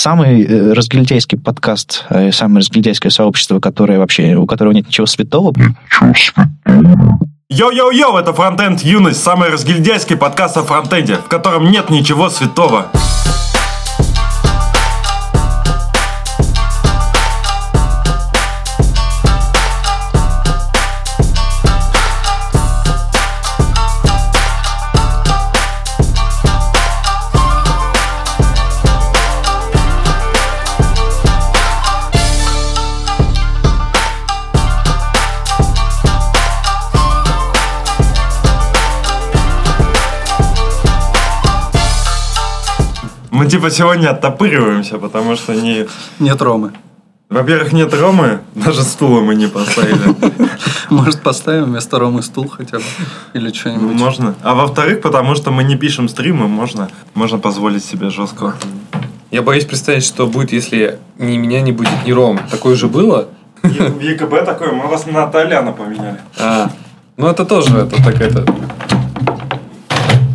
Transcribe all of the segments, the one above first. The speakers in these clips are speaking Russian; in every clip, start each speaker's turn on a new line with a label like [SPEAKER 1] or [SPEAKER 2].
[SPEAKER 1] самый э, разгильдейский подкаст, э, самое разгильдейское сообщество, которое вообще, у которого нет ничего святого.
[SPEAKER 2] Йо-йо-йо, это Фронтенд Юность, самый разгильдяйский подкаст о фронтенде, в котором нет ничего святого. Мы типа сегодня оттопыриваемся, потому что не...
[SPEAKER 3] Нет Ромы.
[SPEAKER 2] Во-первых, нет Ромы, даже стула мы не поставили.
[SPEAKER 3] Может, поставим вместо Ромы стул хотя бы? Или что-нибудь?
[SPEAKER 2] Можно. А во-вторых, потому что мы не пишем стримы, можно, можно позволить себе жестко.
[SPEAKER 4] Я боюсь представить, что будет, если ни меня не будет, ни Ром. Такое же было?
[SPEAKER 2] В ЕКБ такое, мы вас на Толяна поменяли.
[SPEAKER 4] А, ну это тоже это так это.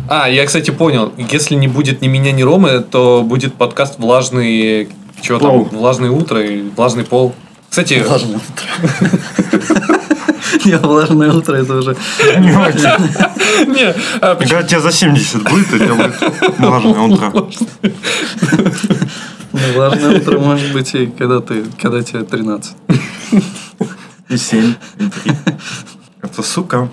[SPEAKER 4] А, я, кстати, понял. Если не будет ни меня, ни Ромы, то будет подкаст «Влажный...» Чего там? «Влажное утро» и «Влажный пол». Кстати,
[SPEAKER 3] Влажное утро. Я влажное утро, это уже...
[SPEAKER 4] не, а, почему-
[SPEAKER 2] Когда тебе за 70 будет, у тебя будет влажное утро.
[SPEAKER 3] Ну, Влажное утро может быть и когда ты, когда тебе 13.
[SPEAKER 2] И 7, и 3. Это сука.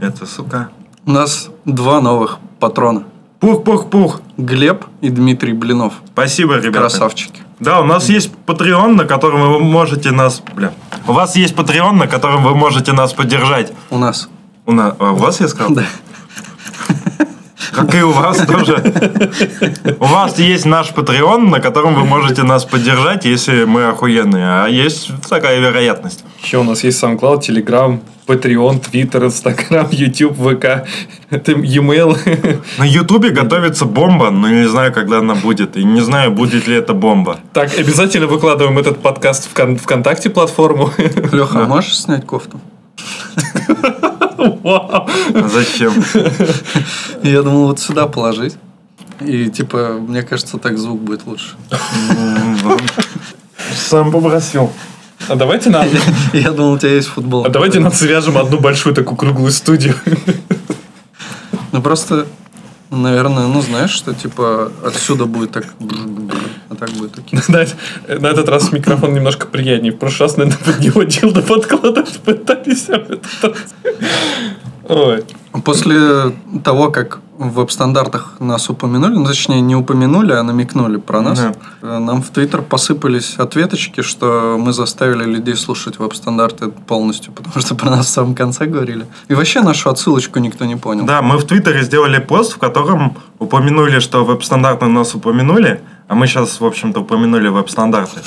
[SPEAKER 2] Это сука.
[SPEAKER 3] У нас два новых патрона.
[SPEAKER 2] Пух-пух-пух.
[SPEAKER 3] Глеб и Дмитрий Блинов.
[SPEAKER 2] Спасибо, ребята.
[SPEAKER 3] Красавчики.
[SPEAKER 2] Да, у нас есть Patreon, на котором вы можете нас... Бля. У вас есть Patreon, на котором вы можете нас поддержать.
[SPEAKER 3] У нас.
[SPEAKER 2] У, на- а, у вас, я сказал?
[SPEAKER 3] Да.
[SPEAKER 2] Как и у вас тоже. У вас есть наш Patreon, на котором вы можете нас поддержать, если мы охуенные. А есть такая вероятность.
[SPEAKER 4] Еще у нас есть SoundCloud, Telegram, Patreon, Twitter, Instagram, YouTube, ВК, это e-mail.
[SPEAKER 2] На Ютубе готовится бомба, но не знаю, когда она будет. И не знаю, будет ли это бомба.
[SPEAKER 4] Так, обязательно выкладываем этот подкаст в Кон- ВКонтакте платформу.
[SPEAKER 3] Леха, а можешь снять кофту?
[SPEAKER 4] Вау.
[SPEAKER 2] А Зачем?
[SPEAKER 3] Я думал вот сюда положить. И типа, мне кажется, так звук будет лучше.
[SPEAKER 2] Сам попросил.
[SPEAKER 4] А давайте нам...
[SPEAKER 3] Я думал, у тебя есть футбол.
[SPEAKER 4] А давайте нам свяжем одну большую такую круглую студию.
[SPEAKER 3] Ну просто, наверное, ну знаешь, что типа отсюда будет так, а так будет такие.
[SPEAKER 4] Да, на этот раз микрофон немножко приятнее. В прошлый раз, наверное, под него дилдо подкладывать пытались, а в этот раз... Ой.
[SPEAKER 3] После того, как в веб-стандартах нас упомянули, ну, точнее, не упомянули, а намекнули про нас,
[SPEAKER 2] Да.
[SPEAKER 3] э, нам в Твиттер посыпались ответочки, что мы заставили людей слушать веб-стандарты полностью, потому что про нас в самом конце говорили. И вообще нашу отсылочку никто не понял.
[SPEAKER 2] Да, мы в Твиттере сделали пост, в котором упомянули, что веб-стандарты нас упомянули, а мы сейчас, в общем-то, упомянули веб-стандарты.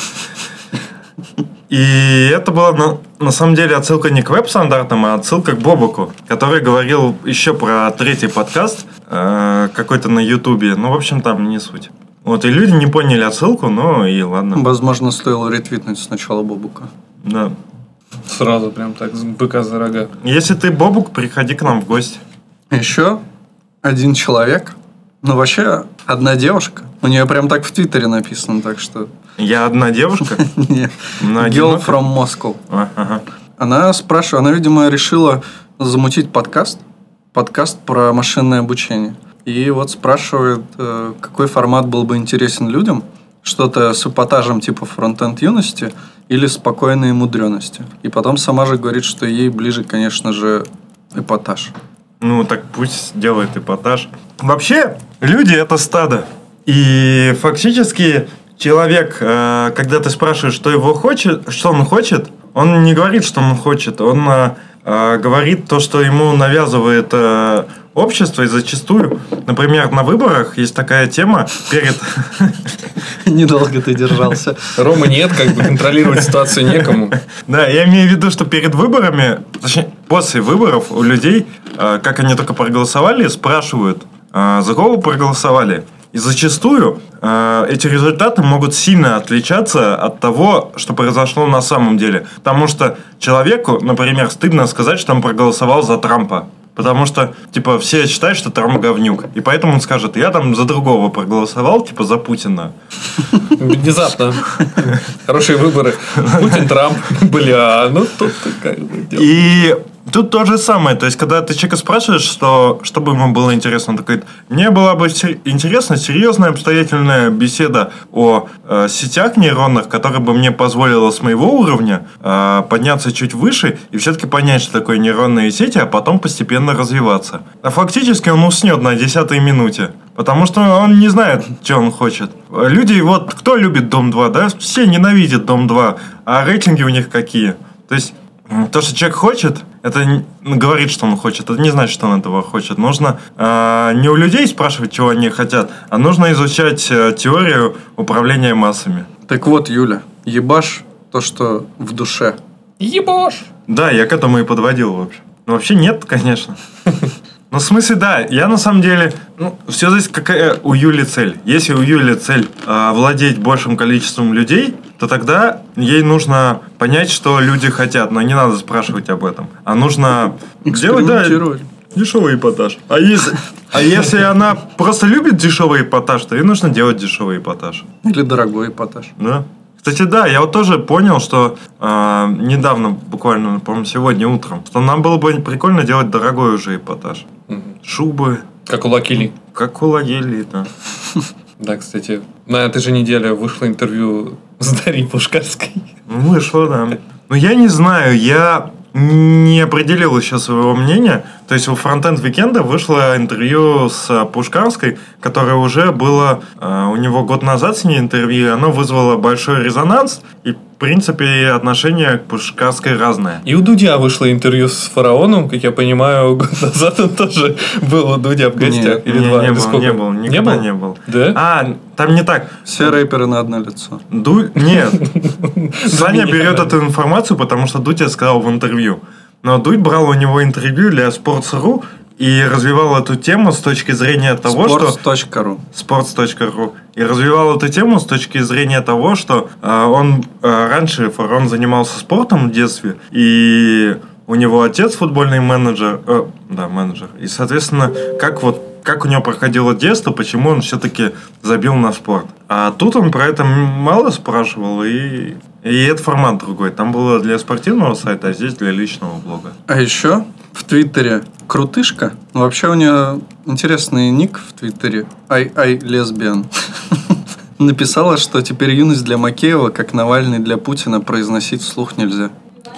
[SPEAKER 2] И это была на, на самом деле отсылка не к веб-стандартам, а отсылка к Бобуку, который говорил еще про третий подкаст э, какой-то на Ютубе. Ну, в общем, там не суть. Вот, и люди не поняли отсылку, ну и ладно.
[SPEAKER 3] Возможно, стоило ретвитнуть сначала Бобука.
[SPEAKER 2] Да.
[SPEAKER 4] Сразу прям так, с быка за рога.
[SPEAKER 2] Если ты Бобук, приходи к нам в гости.
[SPEAKER 3] Еще один человек, ну вообще одна девушка. У нее прям так в Твиттере написано, так что...
[SPEAKER 2] Я одна девушка.
[SPEAKER 3] не.
[SPEAKER 2] но
[SPEAKER 3] Girl
[SPEAKER 2] одинока.
[SPEAKER 3] from Moscow.
[SPEAKER 2] А, ага.
[SPEAKER 3] Она спрашивает, она, видимо, решила замутить подкаст, подкаст про машинное обучение. И вот спрашивает, э, какой формат был бы интересен людям, что-то с эпатажем типа фронтенд юности или спокойной мудренности. И потом сама же говорит, что ей ближе, конечно же, эпатаж.
[SPEAKER 2] Ну, так пусть делает эпатаж. Вообще, люди – это стадо. И фактически человек, э, когда ты спрашиваешь, что его хочет, что он хочет, он не говорит, что он хочет, он э, э, говорит то, что ему навязывает э, общество, и зачастую, например, на выборах есть такая тема перед...
[SPEAKER 3] Недолго ты держался.
[SPEAKER 4] Рома нет, как бы контролировать ситуацию некому.
[SPEAKER 2] Да, я имею в виду, что перед выборами, точнее, после выборов у людей, э, как они только проголосовали, спрашивают, э, за кого вы проголосовали. И зачастую э, эти результаты могут сильно отличаться от того, что произошло на самом деле. Потому что человеку, например, стыдно сказать, что он проголосовал за Трампа. Потому что, типа, все считают, что Трамп говнюк. И поэтому он скажет, я там за другого проголосовал, типа, за Путина.
[SPEAKER 4] Внезапно. Хорошие выборы. Путин, Трамп. Бля, ну тут ты как бы делаешь.
[SPEAKER 2] И тут то же самое. То есть, когда ты человека спрашиваешь, что, что бы ему было интересно, он такой, мне была бы се- интересна серьезная обстоятельная беседа о э, сетях нейронных, которая бы мне позволила с моего уровня э, подняться чуть выше и все-таки понять, что такое нейронные сети, а потом постепенно развиваться. А фактически он уснет на десятой минуте. Потому что он не знает, что он хочет. Э, Люди, вот кто любит Дом 2, да? Все ненавидят Дом 2. А рейтинги у них какие? То есть М, То, что человек хочет, это н- ну, говорит, что он хочет. Это не значит, что он этого хочет. Нужно э, не у людей спрашивать, чего они хотят, а нужно изучать э, теорию управления массами.
[SPEAKER 3] Так вот, Юля, ебашь то, что в душе.
[SPEAKER 4] Ебаш!
[SPEAKER 2] Да, я к этому и подводил вообще. Ну, вообще нет, конечно. Ну, в смысле, да, я на самом деле, ну, все зависит, какая у Юли цель. Если у Юли цель э, владеть большим количеством людей, то тогда ей нужно понять, что люди хотят, но не надо спрашивать об этом. А нужно делать, да,
[SPEAKER 3] Экспериментировать.
[SPEAKER 2] дешевый эпатаж. А если, а если она просто любит дешевый эпатаж, то ей нужно делать дешевый эпатаж.
[SPEAKER 3] Или дорогой эпатаж.
[SPEAKER 2] Да. Кстати, да, я вот тоже понял, что э, недавно, буквально, по-моему, сегодня утром, что нам было бы прикольно делать дорогой уже эпатаж.
[SPEAKER 4] Мгм.
[SPEAKER 2] Шубы,
[SPEAKER 4] Как у Лакили.
[SPEAKER 2] как у Лагели, да.
[SPEAKER 4] Да, кстати, на этой же неделе вышло интервью с Дарьей Пушкарской.
[SPEAKER 2] Ну, Вышло, да. Но я не знаю, я не определил еще своего мнения. То есть у фронтенд Викенда вышло интервью с э, Пушкарской, которое уже было э, у него год назад с ней интервью, и оно вызвало большой резонанс, и в принципе отношение к Пушкарской разное.
[SPEAKER 4] И у Дудя вышло интервью с Фараоном, как я понимаю, год назад он тоже был у Дудя в гостях.
[SPEAKER 2] Не,
[SPEAKER 4] или два,
[SPEAKER 2] не
[SPEAKER 4] или
[SPEAKER 2] был,
[SPEAKER 4] сколько?
[SPEAKER 2] не был,
[SPEAKER 4] Не
[SPEAKER 2] никогда
[SPEAKER 4] был?
[SPEAKER 2] не был.
[SPEAKER 4] Да?
[SPEAKER 2] А, там не так.
[SPEAKER 3] Все рэперы на одно лицо.
[SPEAKER 2] Ду... Нет, Саня
[SPEAKER 4] меня,
[SPEAKER 2] берет
[SPEAKER 4] да.
[SPEAKER 2] эту информацию, потому что Дудь это сказал в интервью. Но Дудь брал у него интервью для Sports.ru и развивал эту тему с точки зрения того, что...
[SPEAKER 3] Sports.ru.
[SPEAKER 2] sports.ru и развивал эту тему с точки зрения того, что э, он э, раньше Фарон занимался спортом в детстве, и у него отец футбольный менеджер, э, да, менеджер, и, соответственно, как вот как у него проходило детство, почему он все-таки забил на спорт. А тут он про это мало спрашивал, и, и это формат другой. Там было для спортивного сайта, а здесь для личного блога.
[SPEAKER 3] А еще в Твиттере крутышка. Ну, Вообще у нее интересный ник в Твиттере. Ай-ай лесбиян. Написала, что теперь юность для Макеева, как Навальный для Путина, произносить вслух нельзя.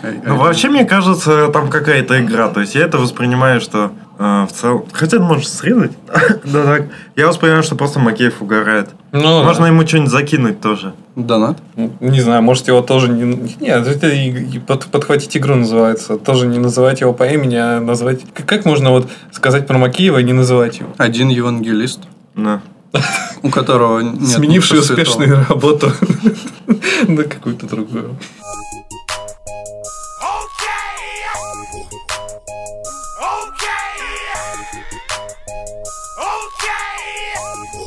[SPEAKER 3] Ай-ай.
[SPEAKER 2] Ну, вообще, мне кажется, там какая-то игра. То есть я это воспринимаю, что э, в целом. Хотя ты можешь срезать. да так. Я воспринимаю, что просто Макеев угорает.
[SPEAKER 4] Ну,
[SPEAKER 2] А, Можно ему что-нибудь закинуть тоже.
[SPEAKER 3] Донат.
[SPEAKER 4] Ну, Не знаю, может его тоже не... Нет, это и- и под- подхватить игру называется. Тоже не называть его по имени, а назвать... Как, как можно вот сказать про Макеева и не называть его?
[SPEAKER 3] Один евангелист,
[SPEAKER 2] Да.
[SPEAKER 3] у которого нет
[SPEAKER 4] Сменивший
[SPEAKER 3] ничего святого.
[SPEAKER 4] успешную работу на какую-то другую.
[SPEAKER 5] Okay. Okay. Okay.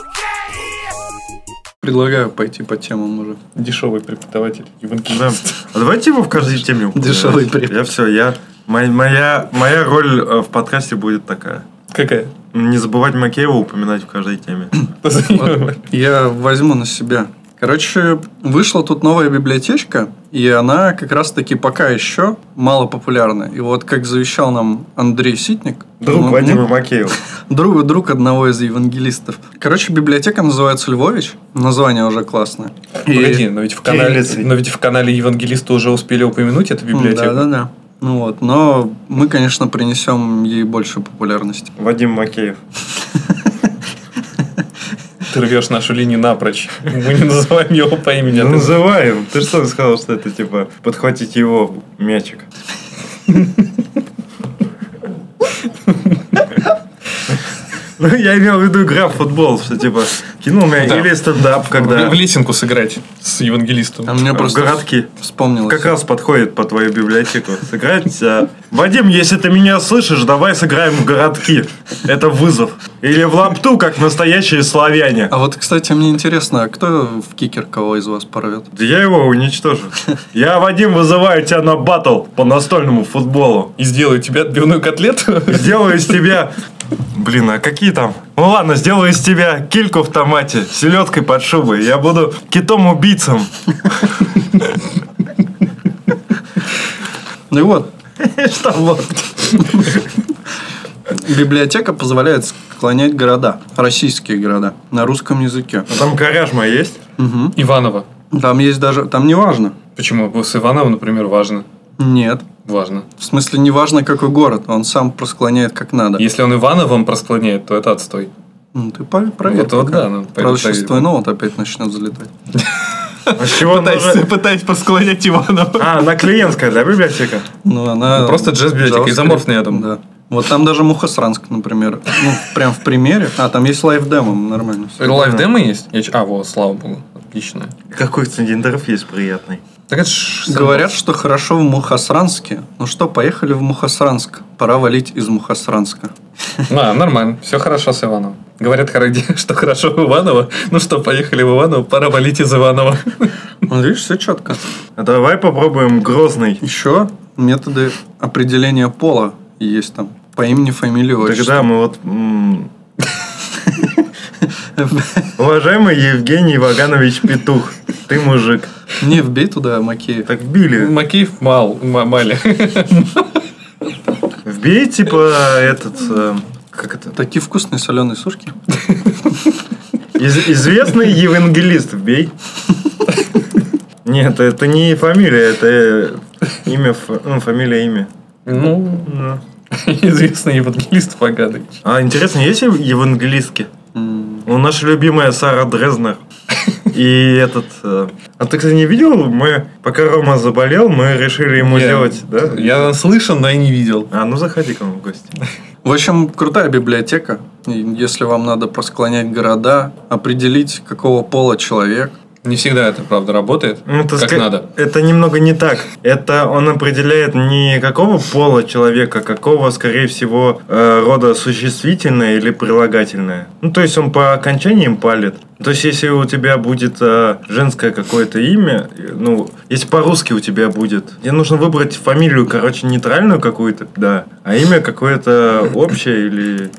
[SPEAKER 5] Okay.
[SPEAKER 3] Предлагаю пойти по темам уже.
[SPEAKER 4] Дешевый преподаватель
[SPEAKER 2] да.
[SPEAKER 4] евангелист.
[SPEAKER 2] А давайте его в каждой теме упоминать.
[SPEAKER 3] Дешевый препод.
[SPEAKER 2] Я все, я. Моя, моя, моя роль э, в подкасте будет такая.
[SPEAKER 4] Какая?
[SPEAKER 2] Не забывать Макеева упоминать в каждой теме.
[SPEAKER 3] Ну, Я возьму на себя. Короче, вышла тут новая библиотечка, и она как раз-таки пока еще мало популярна. И вот как завещал нам Андрей Ситник,
[SPEAKER 2] Друг
[SPEAKER 3] ну,
[SPEAKER 2] Вадима Макеева.
[SPEAKER 3] друг, друг одного из евангелистов. Короче, библиотека называется Львович, название уже классное. И-
[SPEAKER 4] Погоди, но ведь в канале,
[SPEAKER 2] Кириллицей.
[SPEAKER 4] но ведь в канале евангелиста уже успели упомянуть эту библиотеку.
[SPEAKER 3] Да, да, да. Ну вот, но мы, конечно, принесем ей больше популярности.
[SPEAKER 2] Вадим Макеев.
[SPEAKER 4] Ты рвешь нашу линию напрочь. Мы не называем его по имени. а
[SPEAKER 2] Ну,
[SPEAKER 4] ты-
[SPEAKER 2] называем. Ты что сказал, что это типа подхватить его мячик? Ну, я имел в виду игра в футбол, что типа кино у меня
[SPEAKER 4] Да.
[SPEAKER 2] или стендап, когда
[SPEAKER 4] В в лесенку сыграть с евангелистом.
[SPEAKER 3] А мне
[SPEAKER 2] в
[SPEAKER 3] просто
[SPEAKER 2] городке.
[SPEAKER 3] вспомнилось.
[SPEAKER 2] Как раз подходит по твою библиотеку сыграть. а, Вадим, если ты меня слышишь, давай сыграем в городки. Это вызов. Или в лапту, как настоящие славяне.
[SPEAKER 3] А вот, кстати, мне интересно, а кто в кикер кого из вас порвет?
[SPEAKER 2] Да Я его уничтожу. Я, Вадим, вызываю тебя на баттл по настольному футболу.
[SPEAKER 4] И сделаю тебе отбивную котлету.
[SPEAKER 2] Сделаю из тебя... Блин, а какие там? Ну ладно, сделаю из тебя кильку в томате, селедкой под шубой. Я буду китом-убийцем.
[SPEAKER 3] Ну и вот,
[SPEAKER 2] Что вот.
[SPEAKER 3] библиотека позволяет склонять города, российские города, на русском языке.
[SPEAKER 2] А Там коряжма есть?
[SPEAKER 3] Мгм.
[SPEAKER 4] Иванова.
[SPEAKER 3] Там есть даже, там не важно.
[SPEAKER 4] Почему? С Ивановым, например, важно.
[SPEAKER 3] Нет.
[SPEAKER 4] Важно.
[SPEAKER 3] В смысле, не важно, какой город, он сам просклоняет как надо.
[SPEAKER 4] Если он Ивановым просклоняет, то это отстой.
[SPEAKER 3] Ну, ты пов- проверь.
[SPEAKER 4] Вот- вот
[SPEAKER 3] пока.
[SPEAKER 4] да, ну,
[SPEAKER 3] Правда, сейчас
[SPEAKER 4] проверь.
[SPEAKER 3] твой ноут опять начнет залетать.
[SPEAKER 2] А с чего она же-
[SPEAKER 4] пытаюсь просклонять Иванова.
[SPEAKER 2] А, на клиентская, да, библиотека?
[SPEAKER 3] Ну, она...
[SPEAKER 4] Ну, просто джаз-библиотека,
[SPEAKER 3] JavaScript,
[SPEAKER 4] изоморфная там.
[SPEAKER 3] Да. Вот там даже Мухосранск, например. Ну, прям в примере. А, там есть лайфдемо, нормально все.
[SPEAKER 4] Лайв демо есть? Я ч- А, вот, слава богу. Отлично.
[SPEAKER 2] Какой цилиндров есть приятный.
[SPEAKER 4] Так это ж...
[SPEAKER 3] Говорят, что хорошо в Мухосранске. Ну что, поехали в Мухосранск. Пора валить из Мухосранска.
[SPEAKER 4] А, нормально. Все хорошо с Ивановым. Говорят, хоро- что хорошо в Иваново. Ну что, поехали в Иваново, пора валить из Иванова.
[SPEAKER 3] Ну, видишь, все четко.
[SPEAKER 2] А Давай попробуем Грозный.
[SPEAKER 3] Еще методы определения пола есть там. По имени, фамилии, отчеству.
[SPEAKER 2] Тогда мы вот... м, Уважаемый Евгений Ваганович Петух, ты мужик.
[SPEAKER 3] Не, вбей туда Макеев.
[SPEAKER 2] Так вбили.
[SPEAKER 4] Макеев мал, ма- мали.
[SPEAKER 2] Вбей, типа, этот... э, Как это?
[SPEAKER 3] Такие вкусные соленые сушки.
[SPEAKER 2] Из- известный евангелист вбей. Нет, это не фамилия, это э, имя, фа- ну, фамилия, имя.
[SPEAKER 4] Ну,
[SPEAKER 2] Да.
[SPEAKER 4] известный евангелист Ваганович.
[SPEAKER 2] А интересно, есть ев- евангелистки?
[SPEAKER 3] М,
[SPEAKER 2] Ну, наша любимая Сара Дрезнер. И этот... э, А ты, кстати, не видел? Мы, пока Рома заболел, мы решили ему
[SPEAKER 4] Я-
[SPEAKER 2] сделать, да?
[SPEAKER 4] Я слышал, но и не видел.
[SPEAKER 2] А, ну заходи к нам в гости.
[SPEAKER 3] В общем, крутая библиотека. И Если вам надо просклонять города, определить, какого пола человек.
[SPEAKER 4] Не всегда это, правда, работает.
[SPEAKER 2] Ну, это
[SPEAKER 4] Как
[SPEAKER 2] ска-
[SPEAKER 4] надо.
[SPEAKER 2] Это немного не так. Это он определяет не какого пола человека, а какого, скорее всего, э, рода существительное или прилагательное. Ну, то есть он по окончаниям палит. То есть, если у тебя будет э, женское какое-то имя, э, ну, если по-русски у тебя будет, тебе нужно выбрать фамилию, короче, нейтральную какую-то, да, а имя какое-то общее или...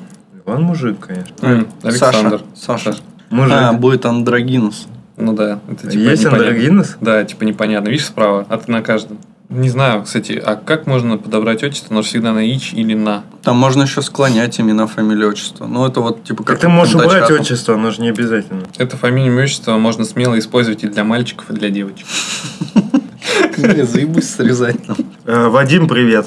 [SPEAKER 2] Иван мужик, конечно.
[SPEAKER 4] М, Александр.
[SPEAKER 3] Э, Саша. Саша.
[SPEAKER 2] Мужик.
[SPEAKER 3] А, будет Андрогинус.
[SPEAKER 4] Ну да, это типа
[SPEAKER 2] Есть
[SPEAKER 4] непонятно.
[SPEAKER 2] андрогинус?
[SPEAKER 4] Да, типа непонятно. Видишь справа, а ты на каждом. Не знаю, кстати, а как можно подобрать отчество? Оно же всегда на ич или на.
[SPEAKER 3] Там можно еще склонять имена, фамилию, отчество. Ну, это вот типа как...
[SPEAKER 2] Так ты можешь
[SPEAKER 3] в
[SPEAKER 2] убрать
[SPEAKER 3] «Контачатом».
[SPEAKER 2] отчество, оно же не обязательно.
[SPEAKER 4] Это фамилию и отчество можно смело использовать и для мальчиков, и для девочек.
[SPEAKER 3] Бля, Заебусь срезать.
[SPEAKER 2] Э, Вадим, привет.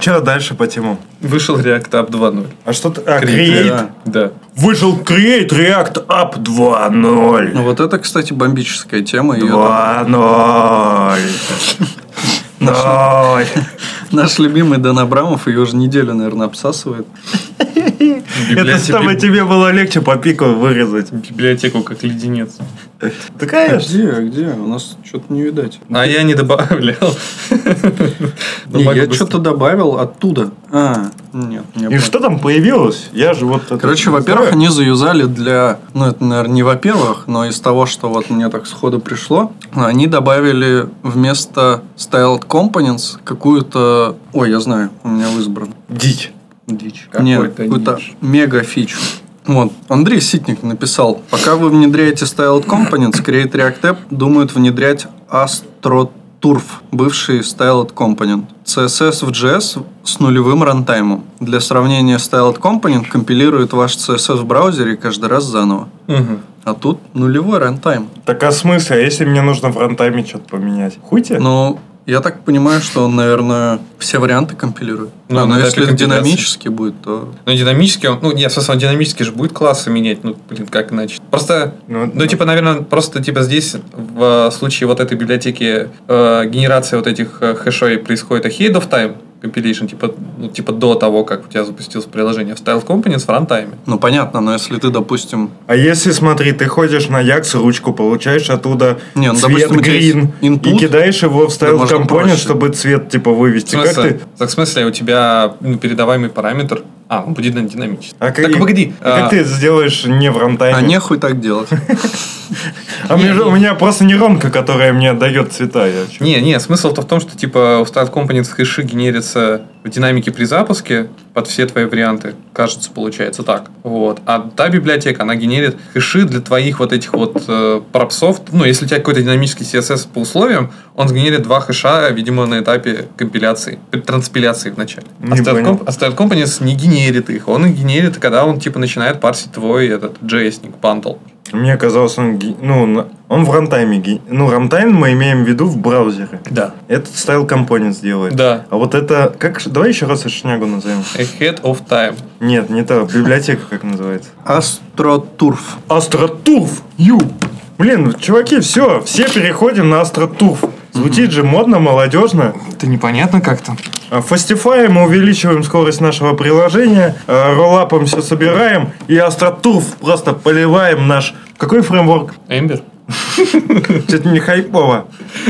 [SPEAKER 2] Че дальше по темам?
[SPEAKER 4] Вышел React App 2.0.
[SPEAKER 2] А что ты... А,
[SPEAKER 4] Create.
[SPEAKER 2] Create.
[SPEAKER 4] Да.
[SPEAKER 2] Вышел Create React App 2.0.
[SPEAKER 3] Ну, вот это, кстати, бомбическая тема. Ее
[SPEAKER 2] 2.0. Ноль.
[SPEAKER 3] Наш любимый Дан Абрамов ее уже неделю, наверное, обсасывает.
[SPEAKER 2] Это чтобы
[SPEAKER 4] Библиотеку,
[SPEAKER 2] тебе было легче по пику вырезать.
[SPEAKER 4] библиотеку как леденец.
[SPEAKER 2] Да, конечно.
[SPEAKER 3] А Где, где? У нас что-то не видать.
[SPEAKER 4] А я не добавлял.
[SPEAKER 3] Не,
[SPEAKER 4] Бумага
[SPEAKER 3] я
[SPEAKER 4] быстро.
[SPEAKER 3] что-то добавил оттуда. А, нет. не
[SPEAKER 2] И
[SPEAKER 3] понял.
[SPEAKER 2] что там появилось? Я же вот... это-
[SPEAKER 3] Короче, во-первых, они заюзали для... Ну, это, наверное, не во-первых, но из того, что вот мне так сходу пришло, они добавили вместо Styled Components какую-то... Ой, я знаю, у меня в избран.
[SPEAKER 2] Дичь.
[SPEAKER 3] Дичь.
[SPEAKER 4] Какой-то
[SPEAKER 3] Нет, какую-то
[SPEAKER 4] дичь.
[SPEAKER 3] мега фичу. Вот, Андрей Ситник написал, пока вы внедряете Styled Components, Create React App думают внедрять AstroTurf, бывший Styled Component. CSS в JS с нулевым рантаймом. Для сравнения, Styled Component компилирует ваш CSS в браузере каждый раз заново.
[SPEAKER 4] Мгм.
[SPEAKER 3] А тут нулевой рантайм.
[SPEAKER 2] Так а смысл? А если мне нужно в рантайме что-то поменять? Хуйте?
[SPEAKER 3] Ну, Я так понимаю, что он, наверное, все варианты компилирует.
[SPEAKER 4] Ну,
[SPEAKER 3] Да,
[SPEAKER 4] на
[SPEAKER 3] но
[SPEAKER 4] этапе
[SPEAKER 3] если
[SPEAKER 4] компиляции.
[SPEAKER 3] динамически будет, то
[SPEAKER 4] Ну, динамически он... Ну, нет, в смысле, он динамически же будет классы менять. Ну, блин, как иначе? Просто
[SPEAKER 2] Ну,
[SPEAKER 4] Ну, типа, наверное, просто типа здесь в э, случае вот этой библиотеки э, генерация вот этих э, хэшей происходит ahead of time compilation, типа, ну, типа до того, как у тебя запустилось приложение в style components в рантайме.
[SPEAKER 3] ну понятно, но если ты, допустим,
[SPEAKER 2] А если, смотри, ты ходишь на Якс, ручку получаешь оттуда
[SPEAKER 3] Не, ну,
[SPEAKER 2] цвет
[SPEAKER 3] допустим, у тебя есть
[SPEAKER 2] грин и
[SPEAKER 3] input.
[SPEAKER 2] кидаешь его в
[SPEAKER 3] Да,
[SPEAKER 2] стайл
[SPEAKER 3] можно
[SPEAKER 2] компонент,
[SPEAKER 3] проще.
[SPEAKER 2] чтобы цвет типа
[SPEAKER 4] В
[SPEAKER 2] вывести. Как
[SPEAKER 4] смысле,
[SPEAKER 2] ты?
[SPEAKER 4] так, в смысле, у тебя ну, передаваемый параметр, а, он будет на динамический.
[SPEAKER 2] А как-
[SPEAKER 4] так, погоди.
[SPEAKER 2] а
[SPEAKER 4] а,
[SPEAKER 2] как ты это сделаешь не в рантайме?
[SPEAKER 3] а нехуй так делать.
[SPEAKER 2] А мне же- у меня просто нейронка, которая мне дает цвета. Я чё?
[SPEAKER 4] Не, не, смысл-то в том, что типа у Start Components хэши генерятся в динамике при запуске под все твои варианты. Кажется, получается так. Вот. А та библиотека, она генерит хэши для твоих вот этих вот э, пропсов. Ну, если у тебя какой-то динамический CSS по условиям, он сгенерит два хэша, видимо, на этапе компиляции, при- транспиляции в начале. А
[SPEAKER 2] Не
[SPEAKER 4] Start,
[SPEAKER 2] понял.
[SPEAKER 4] Comp- а Start Components не генерит их. Он их генерит, когда он типа начинает парсить твой этот JS-ник, бандл.
[SPEAKER 2] Мне казалось, он, ги- ну, на- он в рантайме. ги- Ну, рантайм мы имеем в виду в браузере.
[SPEAKER 4] Да.
[SPEAKER 2] Этот стайл компонент сделает.
[SPEAKER 4] Да.
[SPEAKER 2] А вот это... как же- Давай еще раз эту шнягу назовем.
[SPEAKER 4] Ahead of time.
[SPEAKER 2] Нет, не та. Библиотека как называется.
[SPEAKER 3] Астротурф.
[SPEAKER 2] Астротурф! Ю! Блин, чуваки, все, все переходим на астротурф. Звучит же модно, молодежно.
[SPEAKER 4] Это непонятно как-то.
[SPEAKER 2] А, Фастифаем, мы увеличиваем скорость нашего приложения, а, роллапом все собираем и астротурф просто поливаем наш... Какой фреймворк?
[SPEAKER 4] Эмбер?
[SPEAKER 2] Что-то не хайпово.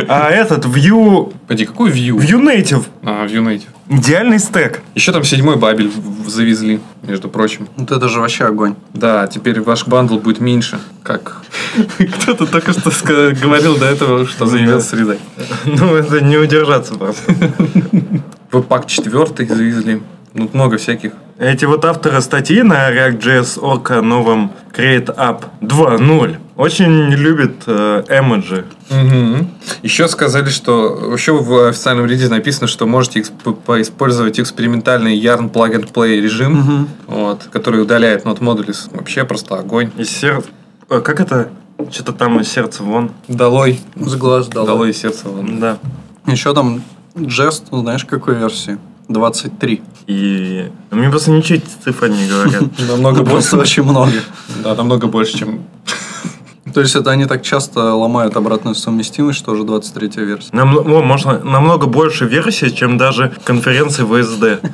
[SPEAKER 2] А этот, View...
[SPEAKER 4] Пойди, какой view?
[SPEAKER 2] View Native.
[SPEAKER 4] А, в Юнете.
[SPEAKER 2] Идеальный стек.
[SPEAKER 4] Еще там седьмой бабель в- в- завезли, между прочим.
[SPEAKER 3] Вот это же вообще огонь.
[SPEAKER 4] Да, теперь ваш бандл будет меньше. Как? Кто-то только что ска- говорил до этого, что завезет среда.
[SPEAKER 2] Ну, это не удержаться просто.
[SPEAKER 4] Пак 4 завезли. Ну, много всяких.
[SPEAKER 2] Эти вот авторы статьи на React.js Org о новом Create App 2.0 очень любят э, эмоджи.
[SPEAKER 4] Еще сказали, что еще в официальном релизе написано, что можете эксп- поиспользовать экспериментальный Yarn Plug and Play режим, вот, который удаляет Node Modules. Вообще просто огонь.
[SPEAKER 2] Из сердца... э, Как это? Что-то там из сердца вон.
[SPEAKER 4] Долой.
[SPEAKER 3] С глаз дало.
[SPEAKER 4] Долой из сердца. вон.
[SPEAKER 2] Да.
[SPEAKER 3] Еще там Jest, знаешь, какой версии? 23.
[SPEAKER 2] И ну, мне просто ничего эти цифры не говорят.
[SPEAKER 4] Намного
[SPEAKER 3] Просто
[SPEAKER 4] больше.
[SPEAKER 3] очень много.
[SPEAKER 4] Да, намного больше, чем
[SPEAKER 3] То есть это они так часто ломают обратную совместимость, что уже 23 версия.
[SPEAKER 2] Нам, ну, о, можно намного больше версий, чем даже конференции ВСД.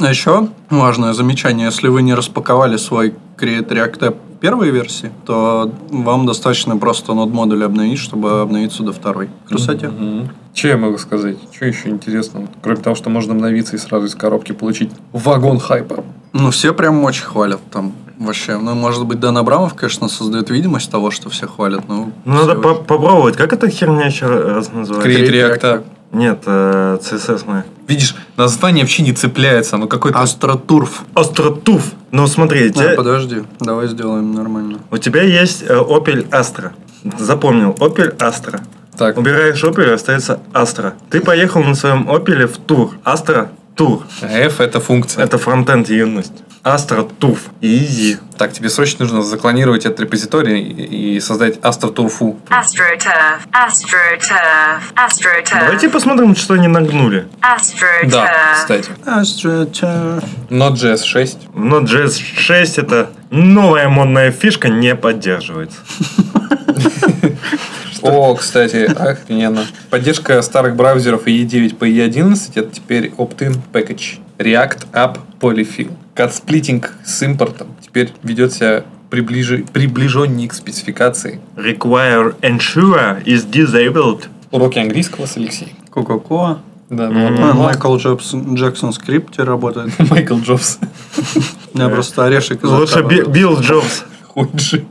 [SPEAKER 3] А еще важное замечание. Если вы не распаковали свой Create React App первой версии, то вам достаточно просто нод модуль обновить, чтобы обновиться до второй. Красоте.
[SPEAKER 4] Че я могу сказать? Что еще интересного? Кроме того, что можно обновиться и сразу из коробки получить вагон хайпа.
[SPEAKER 3] Ну, все прям очень хвалят там. Вообще, ну, может быть, Дан Абрамов, конечно, создает видимость того, что все хвалят, но...
[SPEAKER 2] Ну, Надо
[SPEAKER 3] все
[SPEAKER 2] по- попробовать. Как эта херня еще раз называется?
[SPEAKER 4] Create
[SPEAKER 3] Create
[SPEAKER 4] React. App.
[SPEAKER 2] Нет, э, CSS мы.
[SPEAKER 4] Видишь, название вообще не цепляется, оно какое-то...
[SPEAKER 3] Астротурф.
[SPEAKER 2] Астротуф. Ну, смотри, у тебя-
[SPEAKER 3] А, подожди, давай сделаем нормально.
[SPEAKER 2] у тебя есть э, Opel Astra. Запомнил, Opel Astra.
[SPEAKER 4] Так,
[SPEAKER 2] Убираешь Opel, остается Astra. Ты поехал на своем Opel в тур. Astra тур.
[SPEAKER 4] F это функция.
[SPEAKER 2] Это фронтенд юность. Astra туф. Изи.
[SPEAKER 4] Так, тебе срочно нужно заклонировать этот репозиторий и и создать AstroTurfu.
[SPEAKER 6] AstroTurf, AstroTurf,
[SPEAKER 2] Давайте
[SPEAKER 6] AstroTurf,
[SPEAKER 2] посмотрим, что они нагнули.
[SPEAKER 6] AstroTurf.
[SPEAKER 4] Да, кстати.
[SPEAKER 3] Астротурф.
[SPEAKER 4] Node.js 6.
[SPEAKER 2] В Node.js 6 это новая модная фишка не поддерживается.
[SPEAKER 4] О, кстати, охрененно. Поддержка старых браузеров E9 по E11 это теперь opt-in package. React App Polyfill. Катсплитинг с импортом теперь ведет себя приближи, приближеннее к спецификации.
[SPEAKER 2] Require ensure is disabled.
[SPEAKER 4] Уроки английского с Алексеем.
[SPEAKER 3] Кока-кола.
[SPEAKER 4] Да,
[SPEAKER 3] А,
[SPEAKER 2] ну.
[SPEAKER 4] бла-бла-бла.
[SPEAKER 3] Майкл Джексон, Джексон скрипте работает.
[SPEAKER 4] Майкл Джобс.
[SPEAKER 3] У меня просто орешек изо
[SPEAKER 2] Лучше
[SPEAKER 3] рта
[SPEAKER 2] Би-
[SPEAKER 3] радует.
[SPEAKER 2] Билл Джобс.
[SPEAKER 4] Худжи.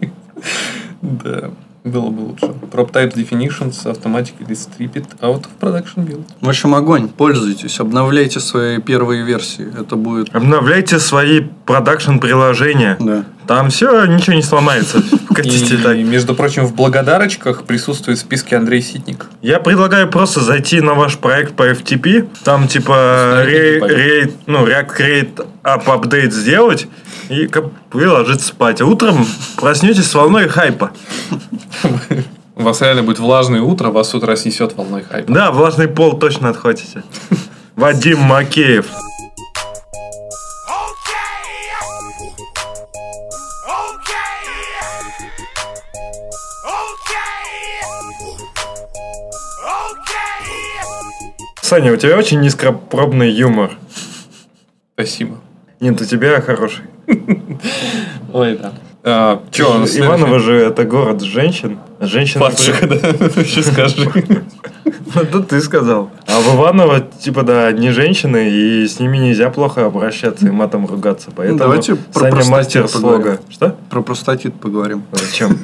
[SPEAKER 4] Да, было бы лучше. Prop type definitions automatically strip it out of production build.
[SPEAKER 3] В общем, огонь. Пользуйтесь, обновляйте свои первые версии. Это будет...
[SPEAKER 2] Обновляйте свои продакшн-приложения.
[SPEAKER 3] Да.
[SPEAKER 2] Там все, ничего не сломается. Катите так.
[SPEAKER 4] И, между прочим, в благодарочках присутствует в списке Андрей Ситник.
[SPEAKER 2] Я предлагаю просто зайти на ваш проект по FTP, там типа
[SPEAKER 4] Посмотреть,
[SPEAKER 2] ре-
[SPEAKER 4] типа,
[SPEAKER 2] ре- ну, React Create App Update сделать и как вы ложитесь спать. А утром проснетесь с волной хайпа.
[SPEAKER 4] У вас реально будет влажное утро, вас с утра снесет волной Ну, хайпа.
[SPEAKER 2] Да, влажный пол точно отхватите. Вадим Макеев.
[SPEAKER 5] Okay. Okay. Okay.
[SPEAKER 2] Саня, у тебя очень низкопробный юмор.
[SPEAKER 4] Спасибо.
[SPEAKER 2] Нет, у тебя хороший.
[SPEAKER 4] Ой, да. А, чё, у нас
[SPEAKER 2] Иваново же это город женщин. Женщин.
[SPEAKER 4] следующий? Падших, да? Сейчас скажи.
[SPEAKER 2] Это ты сказал. А в Иваново, типа, да, одни женщины, и с ними нельзя плохо обращаться и матом ругаться. Поэтому
[SPEAKER 3] Ну, давайте про
[SPEAKER 2] Саня
[SPEAKER 3] простоту
[SPEAKER 2] мастер
[SPEAKER 3] поговорим.
[SPEAKER 2] слога. Что?
[SPEAKER 3] Про простатит поговорим.
[SPEAKER 2] Зачем?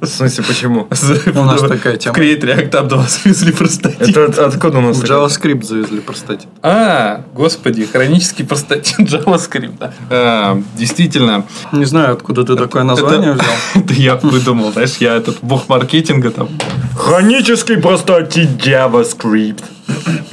[SPEAKER 2] В смысле, почему?
[SPEAKER 3] У нас такая тема.
[SPEAKER 4] В Create React App 2 свезли простатит.
[SPEAKER 2] Это от- откуда у нас?
[SPEAKER 3] В JavaScript завезли простатит.
[SPEAKER 4] А, господи, хронический простатит JavaScript. А, Действительно,
[SPEAKER 3] Не знаю, откуда ты такое название взял.
[SPEAKER 4] это я выдумал, знаешь, я этот бог маркетинга там.
[SPEAKER 2] Хронический простатит JavaScript.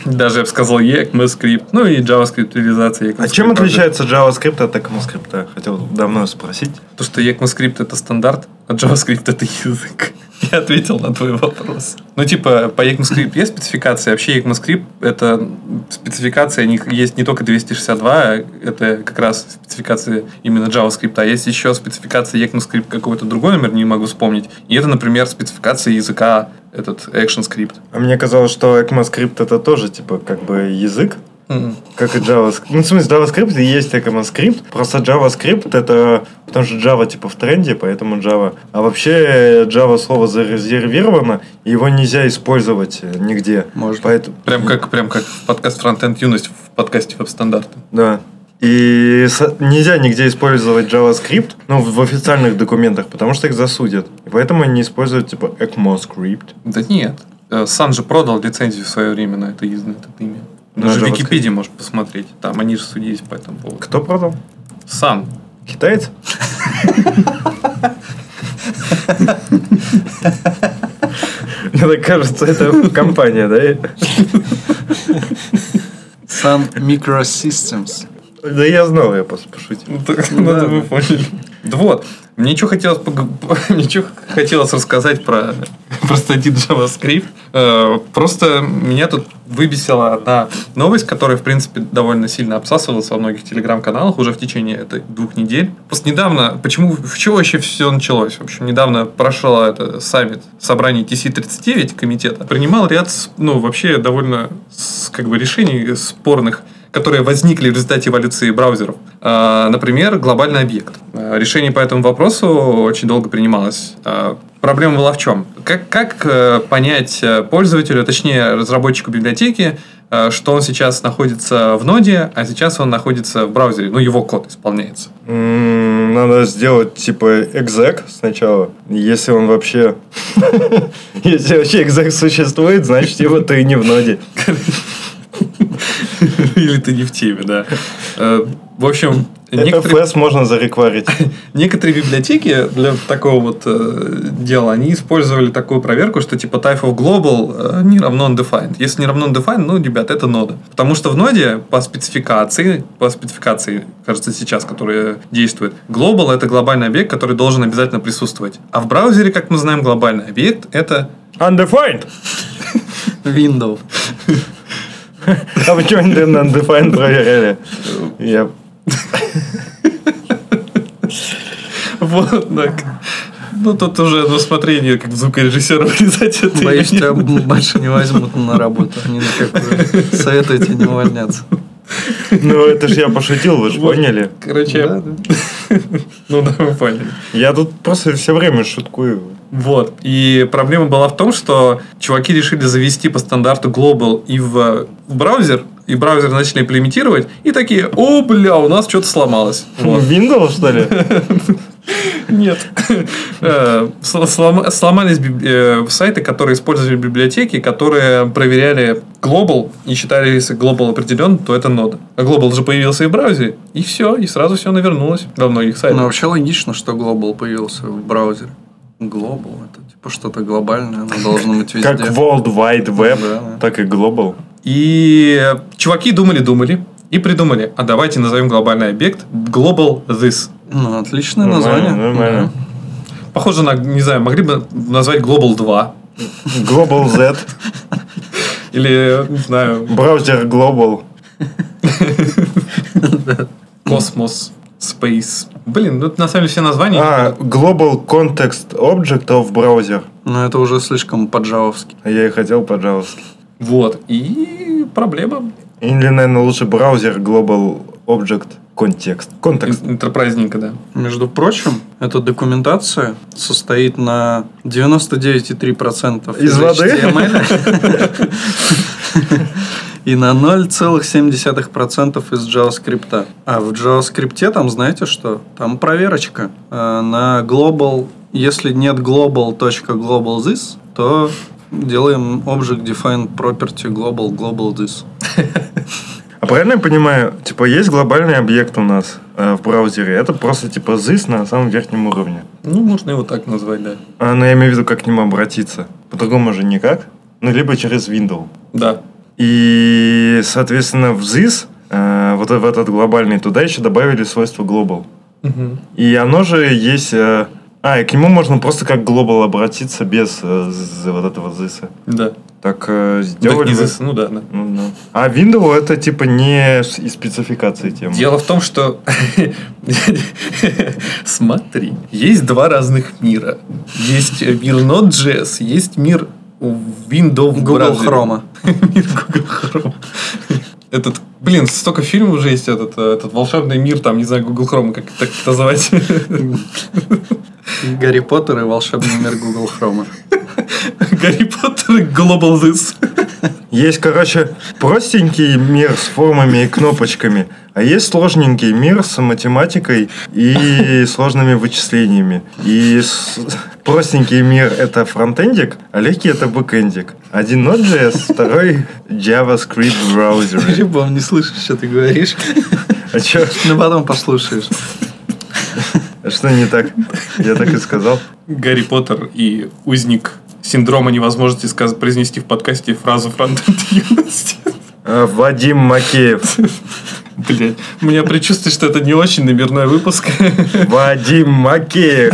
[SPEAKER 4] Даже я бы сказал ECMAScript, ну и JavaScript реализация
[SPEAKER 2] А чем отличается JavaScript от ECMAScript? Хотел давно спросить.
[SPEAKER 4] То, что ECMAScript это стандарт, а JavaScript это язык. Я ответил на твой вопрос. Ну, типа, по ECMAScript есть спецификации. Вообще ECMAScript это спецификация, не- есть не только 262, а это как раз спецификации именно JavaScript, а есть еще спецификация ECMAScript какой-то другой номер, не могу вспомнить. И это, например, спецификация языка, этот ActionScript.
[SPEAKER 2] А мне казалось, что ECMAScript это тоже, типа, как бы язык.
[SPEAKER 4] М.
[SPEAKER 2] Как и JavaScript. Ну, в смысле, JavaScript и есть ECMAScript. Просто JavaScript это... Потому что Java типа в тренде, поэтому Java. А вообще Java слово зарезервировано, и его нельзя использовать э, нигде.
[SPEAKER 3] Можно.
[SPEAKER 2] Поэтому,
[SPEAKER 4] Прям как, прям как в подкаст Frontend Юность в подкасте веб-стандарта.
[SPEAKER 2] да. И со- нельзя нигде использовать JavaScript, ну, в в официальных документах, потому что их засудят. И поэтому они используют, типа, ECMAScript.
[SPEAKER 4] Да нет. Э, Сан же продал лицензию в свое время на это, из- на это имя.
[SPEAKER 2] На
[SPEAKER 4] Даже в
[SPEAKER 2] JavaScript.
[SPEAKER 4] Википедии можешь посмотреть. Там они же судились по этому поводу.
[SPEAKER 2] Кто продал?
[SPEAKER 4] Сан.
[SPEAKER 2] Китаец? Мне так кажется, это компания, да?
[SPEAKER 3] Sun Microsystems.
[SPEAKER 2] Да я знал, я просто пошутил.
[SPEAKER 4] Ну, так, ну, это вы поняли. Да вот. Мне что хотелось, пог- мне чё хотелось рассказать про, про статит JavaScript. Э, Просто меня тут выбесила одна новость, которая, в принципе, довольно сильно обсасывалась во многих телеграм-каналах уже в течение этой двух недель. Просто недавно, почему, в чего вообще все началось? В общем, недавно прошел это саммит собрание TC39 комитета, принимал ряд, с- ну, вообще довольно, с- как бы, решений спорных которые возникли в результате эволюции браузеров. А, Например, глобальный объект. А, Решение по этому вопросу очень долго принималось. А, Проблема была в чем? Как, как э, понять э, пользователю, точнее разработчику библиотеки, э, что он сейчас находится в ноде, а сейчас он находится в браузере, ну его код исполняется.
[SPEAKER 2] М, Надо сделать, типа, экзек сначала. Если он вообще... Если вообще экзек существует, значит, его ты не в ноде.
[SPEAKER 4] Или ты не в теме, да. Э, В общем,
[SPEAKER 2] Это
[SPEAKER 4] некоторые-
[SPEAKER 2] флэс можно зарекварить.
[SPEAKER 4] Некоторые библиотеки для такого вот э, дела, они использовали такую проверку, что типа type of global э, не равно undefined. Если не равно undefined, ну, ребят, это нода. Потому что в ноде по спецификации, по спецификации, кажется, сейчас, которая действует, global — это глобальный объект, который должен обязательно присутствовать. А в браузере, как мы знаем, глобальный объект — это
[SPEAKER 2] Undefined!
[SPEAKER 3] Windows.
[SPEAKER 2] А вы что, Undefined проверяли? Я
[SPEAKER 4] вот так. Ну, тут уже на усмотрение, как звукорежиссера влезать. это я
[SPEAKER 3] Боюсь,
[SPEAKER 4] не
[SPEAKER 3] тебя больше не возьмут на работу. Ни на какую. Советую тебе не увольняться.
[SPEAKER 2] Ну, это же я пошутил, вы же
[SPEAKER 4] Вот.
[SPEAKER 2] поняли.
[SPEAKER 4] Короче, ну да, вы поняли.
[SPEAKER 2] Я тут просто все время шуткую.
[SPEAKER 4] Вот. И проблема была в том, что чуваки решили завести по стандарту Global и в, в браузер, и браузер начали имплементировать, и такие, о, бля, у нас что-то сломалось. Вот.
[SPEAKER 2] Ну, Windows, что ли?
[SPEAKER 4] Нет. Э, сло- слома- Сломались биб- э, сайты, которые использовали библиотеки, которые проверяли Global и считали, если Global определен, то это нода. А Global же появился и в браузере, и все, и сразу все навернулось во многих
[SPEAKER 3] Но
[SPEAKER 2] Э,
[SPEAKER 4] сайтах.
[SPEAKER 3] Ну, вообще логично, что Global появился в браузере. Global это типа что-то глобальное, оно должно быть везде.
[SPEAKER 2] Как World Wide
[SPEAKER 3] Да.
[SPEAKER 2] Web, так и Global.
[SPEAKER 4] И чуваки думали-думали и придумали, а давайте назовем глобальный объект Global This.
[SPEAKER 3] Ну, отличное
[SPEAKER 2] Нормально,
[SPEAKER 3] название.
[SPEAKER 2] нормально.
[SPEAKER 3] Да.
[SPEAKER 4] Похоже на, не знаю, могли бы назвать Global 2.
[SPEAKER 2] Global Z,
[SPEAKER 4] Или, не знаю,
[SPEAKER 2] браузер Global.
[SPEAKER 4] Космос, Space. Блин, ну это на самом деле все названия.
[SPEAKER 2] А, Global Context Object of Browser.
[SPEAKER 3] Но это уже слишком по-джавовски.
[SPEAKER 2] А Я и хотел, пожалуйста.
[SPEAKER 4] Вот. И проблема.
[SPEAKER 2] Или, наверное, лучше браузер Global Object Context. Контекст.
[SPEAKER 4] Интерпрайзника, да.
[SPEAKER 3] Между прочим, эта документация состоит на 99,3%
[SPEAKER 2] Из воды?
[SPEAKER 3] HTML. эм И на 0,7% из JavaScript. А в JavaScript там, знаете что? Там проверочка. Э, На global, если нет global.globalthis, то делаем object defined property global global this.
[SPEAKER 2] А правильно я понимаю, типа, есть глобальный объект у нас э, в браузере. Это просто, типа, ZIS на самом верхнем уровне.
[SPEAKER 4] Ну, можно его так назвать, да.
[SPEAKER 2] А, ну, я имею в виду, как к нему обратиться. По-другому же никак. Ну, либо через Windows.
[SPEAKER 4] Да.
[SPEAKER 2] И, соответственно, в ZIS, э, вот в этот глобальный, туда еще добавили свойство Global.
[SPEAKER 4] Мгм.
[SPEAKER 2] И оно же есть... э, а, и к нему можно просто как Global обратиться без э, з- вот этого ZIS.
[SPEAKER 4] Да.
[SPEAKER 2] Так э,
[SPEAKER 4] Так
[SPEAKER 2] сделали...
[SPEAKER 4] не
[SPEAKER 2] бы-
[SPEAKER 4] зас- Ну да, да.
[SPEAKER 2] Ну да. А Windows это типа не с- из спецификации темы.
[SPEAKER 4] Дело в том, что смотри, есть два разных мира. Есть э, мир Node.js, есть мир в Windows
[SPEAKER 3] Google
[SPEAKER 4] браузере.
[SPEAKER 3] Chrome.
[SPEAKER 4] Мир Google Chrome. Этот, блин, столько фильмов уже есть этот, э, этот волшебный мир, там, не знаю, Google Chrome, как так называть.
[SPEAKER 3] Гарри Поттер и волшебный мир Google Chrome.
[SPEAKER 4] Гарри Поттер и Global This.
[SPEAKER 2] Есть, короче, простенький мир с формами и кнопочками, а есть сложненький мир с математикой и сложными вычислениями. И с- простенький мир — это фронтендик, а легкий — это бэкендик. Один Node.js, второй JavaScript в браузере.
[SPEAKER 3] Ребом, не слышишь, что ты говоришь.
[SPEAKER 2] А чё?
[SPEAKER 3] Ну, потом послушаешь.
[SPEAKER 2] Что не так? Я так и сказал.
[SPEAKER 4] Гарри Поттер и узник синдрома невозможности сказ- произнести в подкасте фразу фронтенд юности.
[SPEAKER 2] А, Вадим Макеев.
[SPEAKER 4] Блять, у меня предчувствие, что это не очень номерной выпуск.
[SPEAKER 2] Вадим Макеев.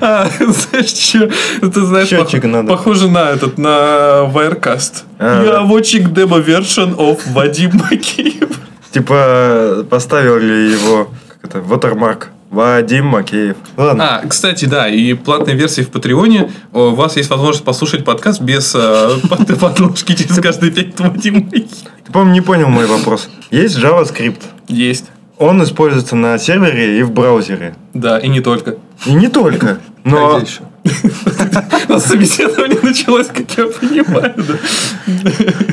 [SPEAKER 4] А, знаешь, что? Это, знаешь,
[SPEAKER 2] Счётчик
[SPEAKER 4] пох-
[SPEAKER 2] надо.
[SPEAKER 4] похоже на этот, на Wirecast.
[SPEAKER 2] А,
[SPEAKER 4] Я
[SPEAKER 2] да.
[SPEAKER 4] watching demo version of Вадим Макеев.
[SPEAKER 2] Типа поставили его, как это, watermark. Вадим Макеев. Ладно.
[SPEAKER 4] А, кстати, да, и платной версии в Патреоне о, у вас есть возможность послушать подкаст без э, под- подложки через каждые пять Вадим Макеев.
[SPEAKER 2] Ты, по-моему, не понял мой вопрос. Есть JavaScript.
[SPEAKER 4] Есть.
[SPEAKER 2] Он используется на сервере и в браузере.
[SPEAKER 4] Да, и не только.
[SPEAKER 2] И не только.
[SPEAKER 3] А
[SPEAKER 2] Но
[SPEAKER 3] где еще?
[SPEAKER 4] У нас собеседование началось, как я понимаю, да.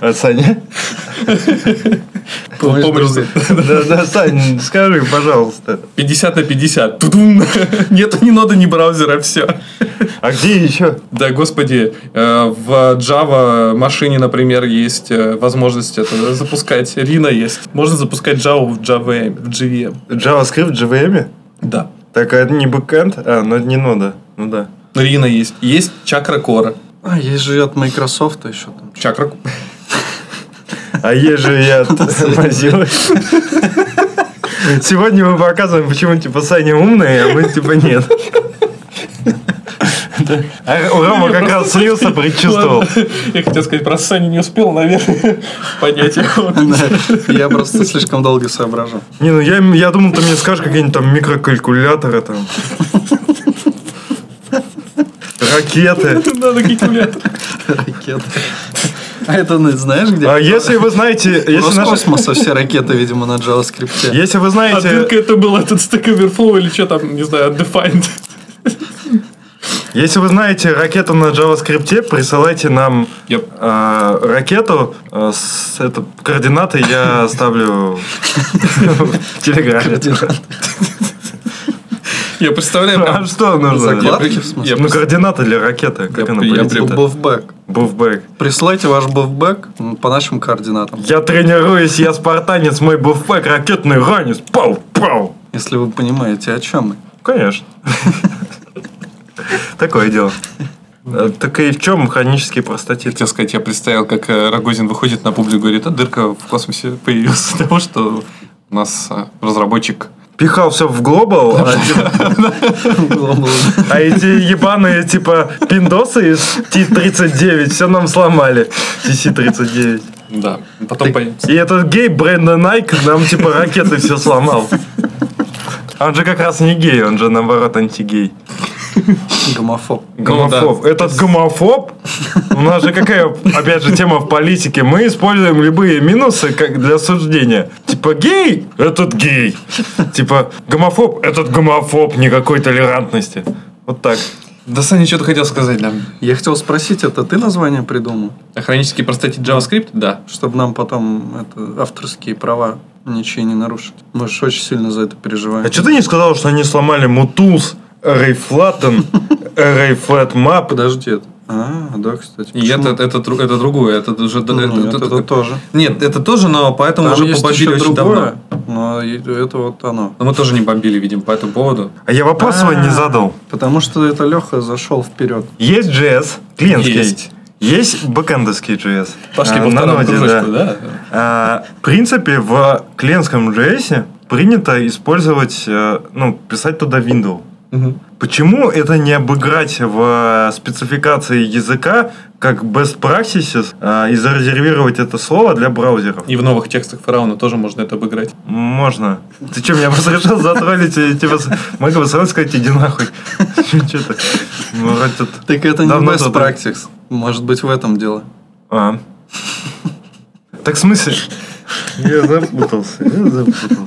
[SPEAKER 2] А, Саня?
[SPEAKER 3] Помощь друга.
[SPEAKER 2] Да, да, Сань, скажи, пожалуйста.
[SPEAKER 4] 50 на 50. Тудум. Нету ни нода, ни браузера, все.
[SPEAKER 2] А где еще?
[SPEAKER 4] Да, господи, э, в Java машине, например, есть э, возможность это запускать. Рина есть. Можно запускать Java в JVM. В JVM.
[SPEAKER 2] JavaScript в JVM?
[SPEAKER 4] Да.
[SPEAKER 2] Так, а это не бэкэнд? А, ну это не нода. Ну да.
[SPEAKER 4] Рина есть. Есть чакра кора.
[SPEAKER 3] А, есть же от Microsoft еще там.
[SPEAKER 4] Чакра...
[SPEAKER 2] А есть же я от Mozilla. Сегодня мы показываем, почему типа Саня умный, а мы типа нет. А у Рома
[SPEAKER 3] Ну,
[SPEAKER 2] как раз слился, предчувствовал.
[SPEAKER 4] Ладно. Я хотел сказать про Саню, не успел, наверное, понять его.
[SPEAKER 3] Я просто слишком долго соображал.
[SPEAKER 2] Не, ну я, я думал, ты мне скажешь какие-нибудь там микрокалькуляторы там. Ракеты.
[SPEAKER 4] Надо калькулятор.
[SPEAKER 3] Ракеты. А это, ну, знаешь где?
[SPEAKER 2] А если вы знаете, если наши-
[SPEAKER 3] космоса все ракеты, видимо, на JavaScript.
[SPEAKER 2] если вы
[SPEAKER 4] А дырка
[SPEAKER 2] знаете,
[SPEAKER 4] это был этот Stack Overflow или что там, не знаю, Undefined.
[SPEAKER 2] если вы знаете ракету на JavaScript, присылайте нам
[SPEAKER 4] Yep.
[SPEAKER 2] а, ракету а, с это, координаты я оставлю в Телеграме.
[SPEAKER 4] Я представляю,
[SPEAKER 2] А
[SPEAKER 4] как...
[SPEAKER 2] что нужно?
[SPEAKER 3] Заклад?
[SPEAKER 4] при-
[SPEAKER 3] Кладки, в смысле?
[SPEAKER 4] я
[SPEAKER 2] Ну,
[SPEAKER 4] пред-
[SPEAKER 2] координаты для ракеты. Как
[SPEAKER 4] Я
[SPEAKER 2] она
[SPEAKER 4] при- я
[SPEAKER 2] полетит?
[SPEAKER 4] при-
[SPEAKER 3] Это буфбэк.
[SPEAKER 2] Буфбэк.
[SPEAKER 3] Присылайте ваш буфбэк по нашим координатам.
[SPEAKER 2] Я тренируюсь, я спартанец, мой буфбэк ракетный ранец. Пау, пау.
[SPEAKER 3] Если вы понимаете, о чем мы.
[SPEAKER 2] Конечно. Такое дело. Э, Так и в чем хронический простатит?
[SPEAKER 4] Хотел сказать, я представил, как э, Рогозин выходит на публику и говорит, а дырка в космосе появилась от того, что у нас э, разработчик
[SPEAKER 2] пихал все в глобал, а, типа, а эти ебаные, типа, пиндосы из T-39 все нам сломали. TC-39.
[SPEAKER 4] Да. Потом пой-
[SPEAKER 2] И этот гей Бренда Найк нам, типа, ракеты все сломал. А Он же как раз не гей, он же, наоборот, антигей.
[SPEAKER 3] Гомофоб.
[SPEAKER 2] Гомофоб. Этот гомофоб? У нас же какая, опять же, тема в политике. Мы используем любые минусы как для суждения. Типа гей, этот гей. Типа гомофоб, этот гомофоб никакой толерантности. Вот так.
[SPEAKER 4] Да, Саня, что ты хотел сказать нам?
[SPEAKER 3] Я хотел спросить, это ты название придумал?
[SPEAKER 4] Хронический простатит JavaScript? Да.
[SPEAKER 3] Чтобы нам потом это, авторские права ничьи не нарушить. Мы же очень сильно за это переживаем.
[SPEAKER 2] А что ты не сказал, что они сломали Мутуз, Рейфлаттен, Рейфлат Мап?
[SPEAKER 3] Подожди. это- А, да, кстати.
[SPEAKER 4] И это, это, дру- это другое, это уже...
[SPEAKER 3] Ну, нет, это тоже.
[SPEAKER 4] Нет, это тоже, но поэтому
[SPEAKER 3] Там
[SPEAKER 4] уже
[SPEAKER 3] есть
[SPEAKER 4] побомбили
[SPEAKER 3] еще
[SPEAKER 4] очень
[SPEAKER 3] другое,
[SPEAKER 4] давно.
[SPEAKER 3] но и- это вот оно.
[SPEAKER 4] Но мы тоже не бомбили, видим, по этому поводу.
[SPEAKER 2] А я вопрос свой не задал.
[SPEAKER 3] Потому что это Леха зашел вперед.
[SPEAKER 2] Есть JS, клиентский.
[SPEAKER 4] Есть.
[SPEAKER 2] Есть. Есть бэкэндовский JS.
[SPEAKER 4] Пошли
[SPEAKER 2] А,
[SPEAKER 4] по
[SPEAKER 2] на
[SPEAKER 4] второму
[SPEAKER 2] ноде,
[SPEAKER 4] кружочку,
[SPEAKER 2] да.
[SPEAKER 4] да?
[SPEAKER 2] А, в принципе, в клиентском JS принято использовать, э, ну, писать туда window.
[SPEAKER 4] Мгм.
[SPEAKER 2] Почему это не обыграть в э, спецификации языка как best practices а, и зарезервировать это слово для браузеров?
[SPEAKER 4] И в новых текстах фараона тоже можно это обыграть.
[SPEAKER 2] Можно. Ты что, меня просто решил затроллить? и Типа, с- могу бы сразу сказать, иди нахуй. Че ты? Ну, вроде тут...
[SPEAKER 3] Так это не
[SPEAKER 2] Давно
[SPEAKER 3] best
[SPEAKER 2] тут-
[SPEAKER 3] practice. Может быть, в этом дело.
[SPEAKER 2] А. Так в смысле? Я запутался, я запутался.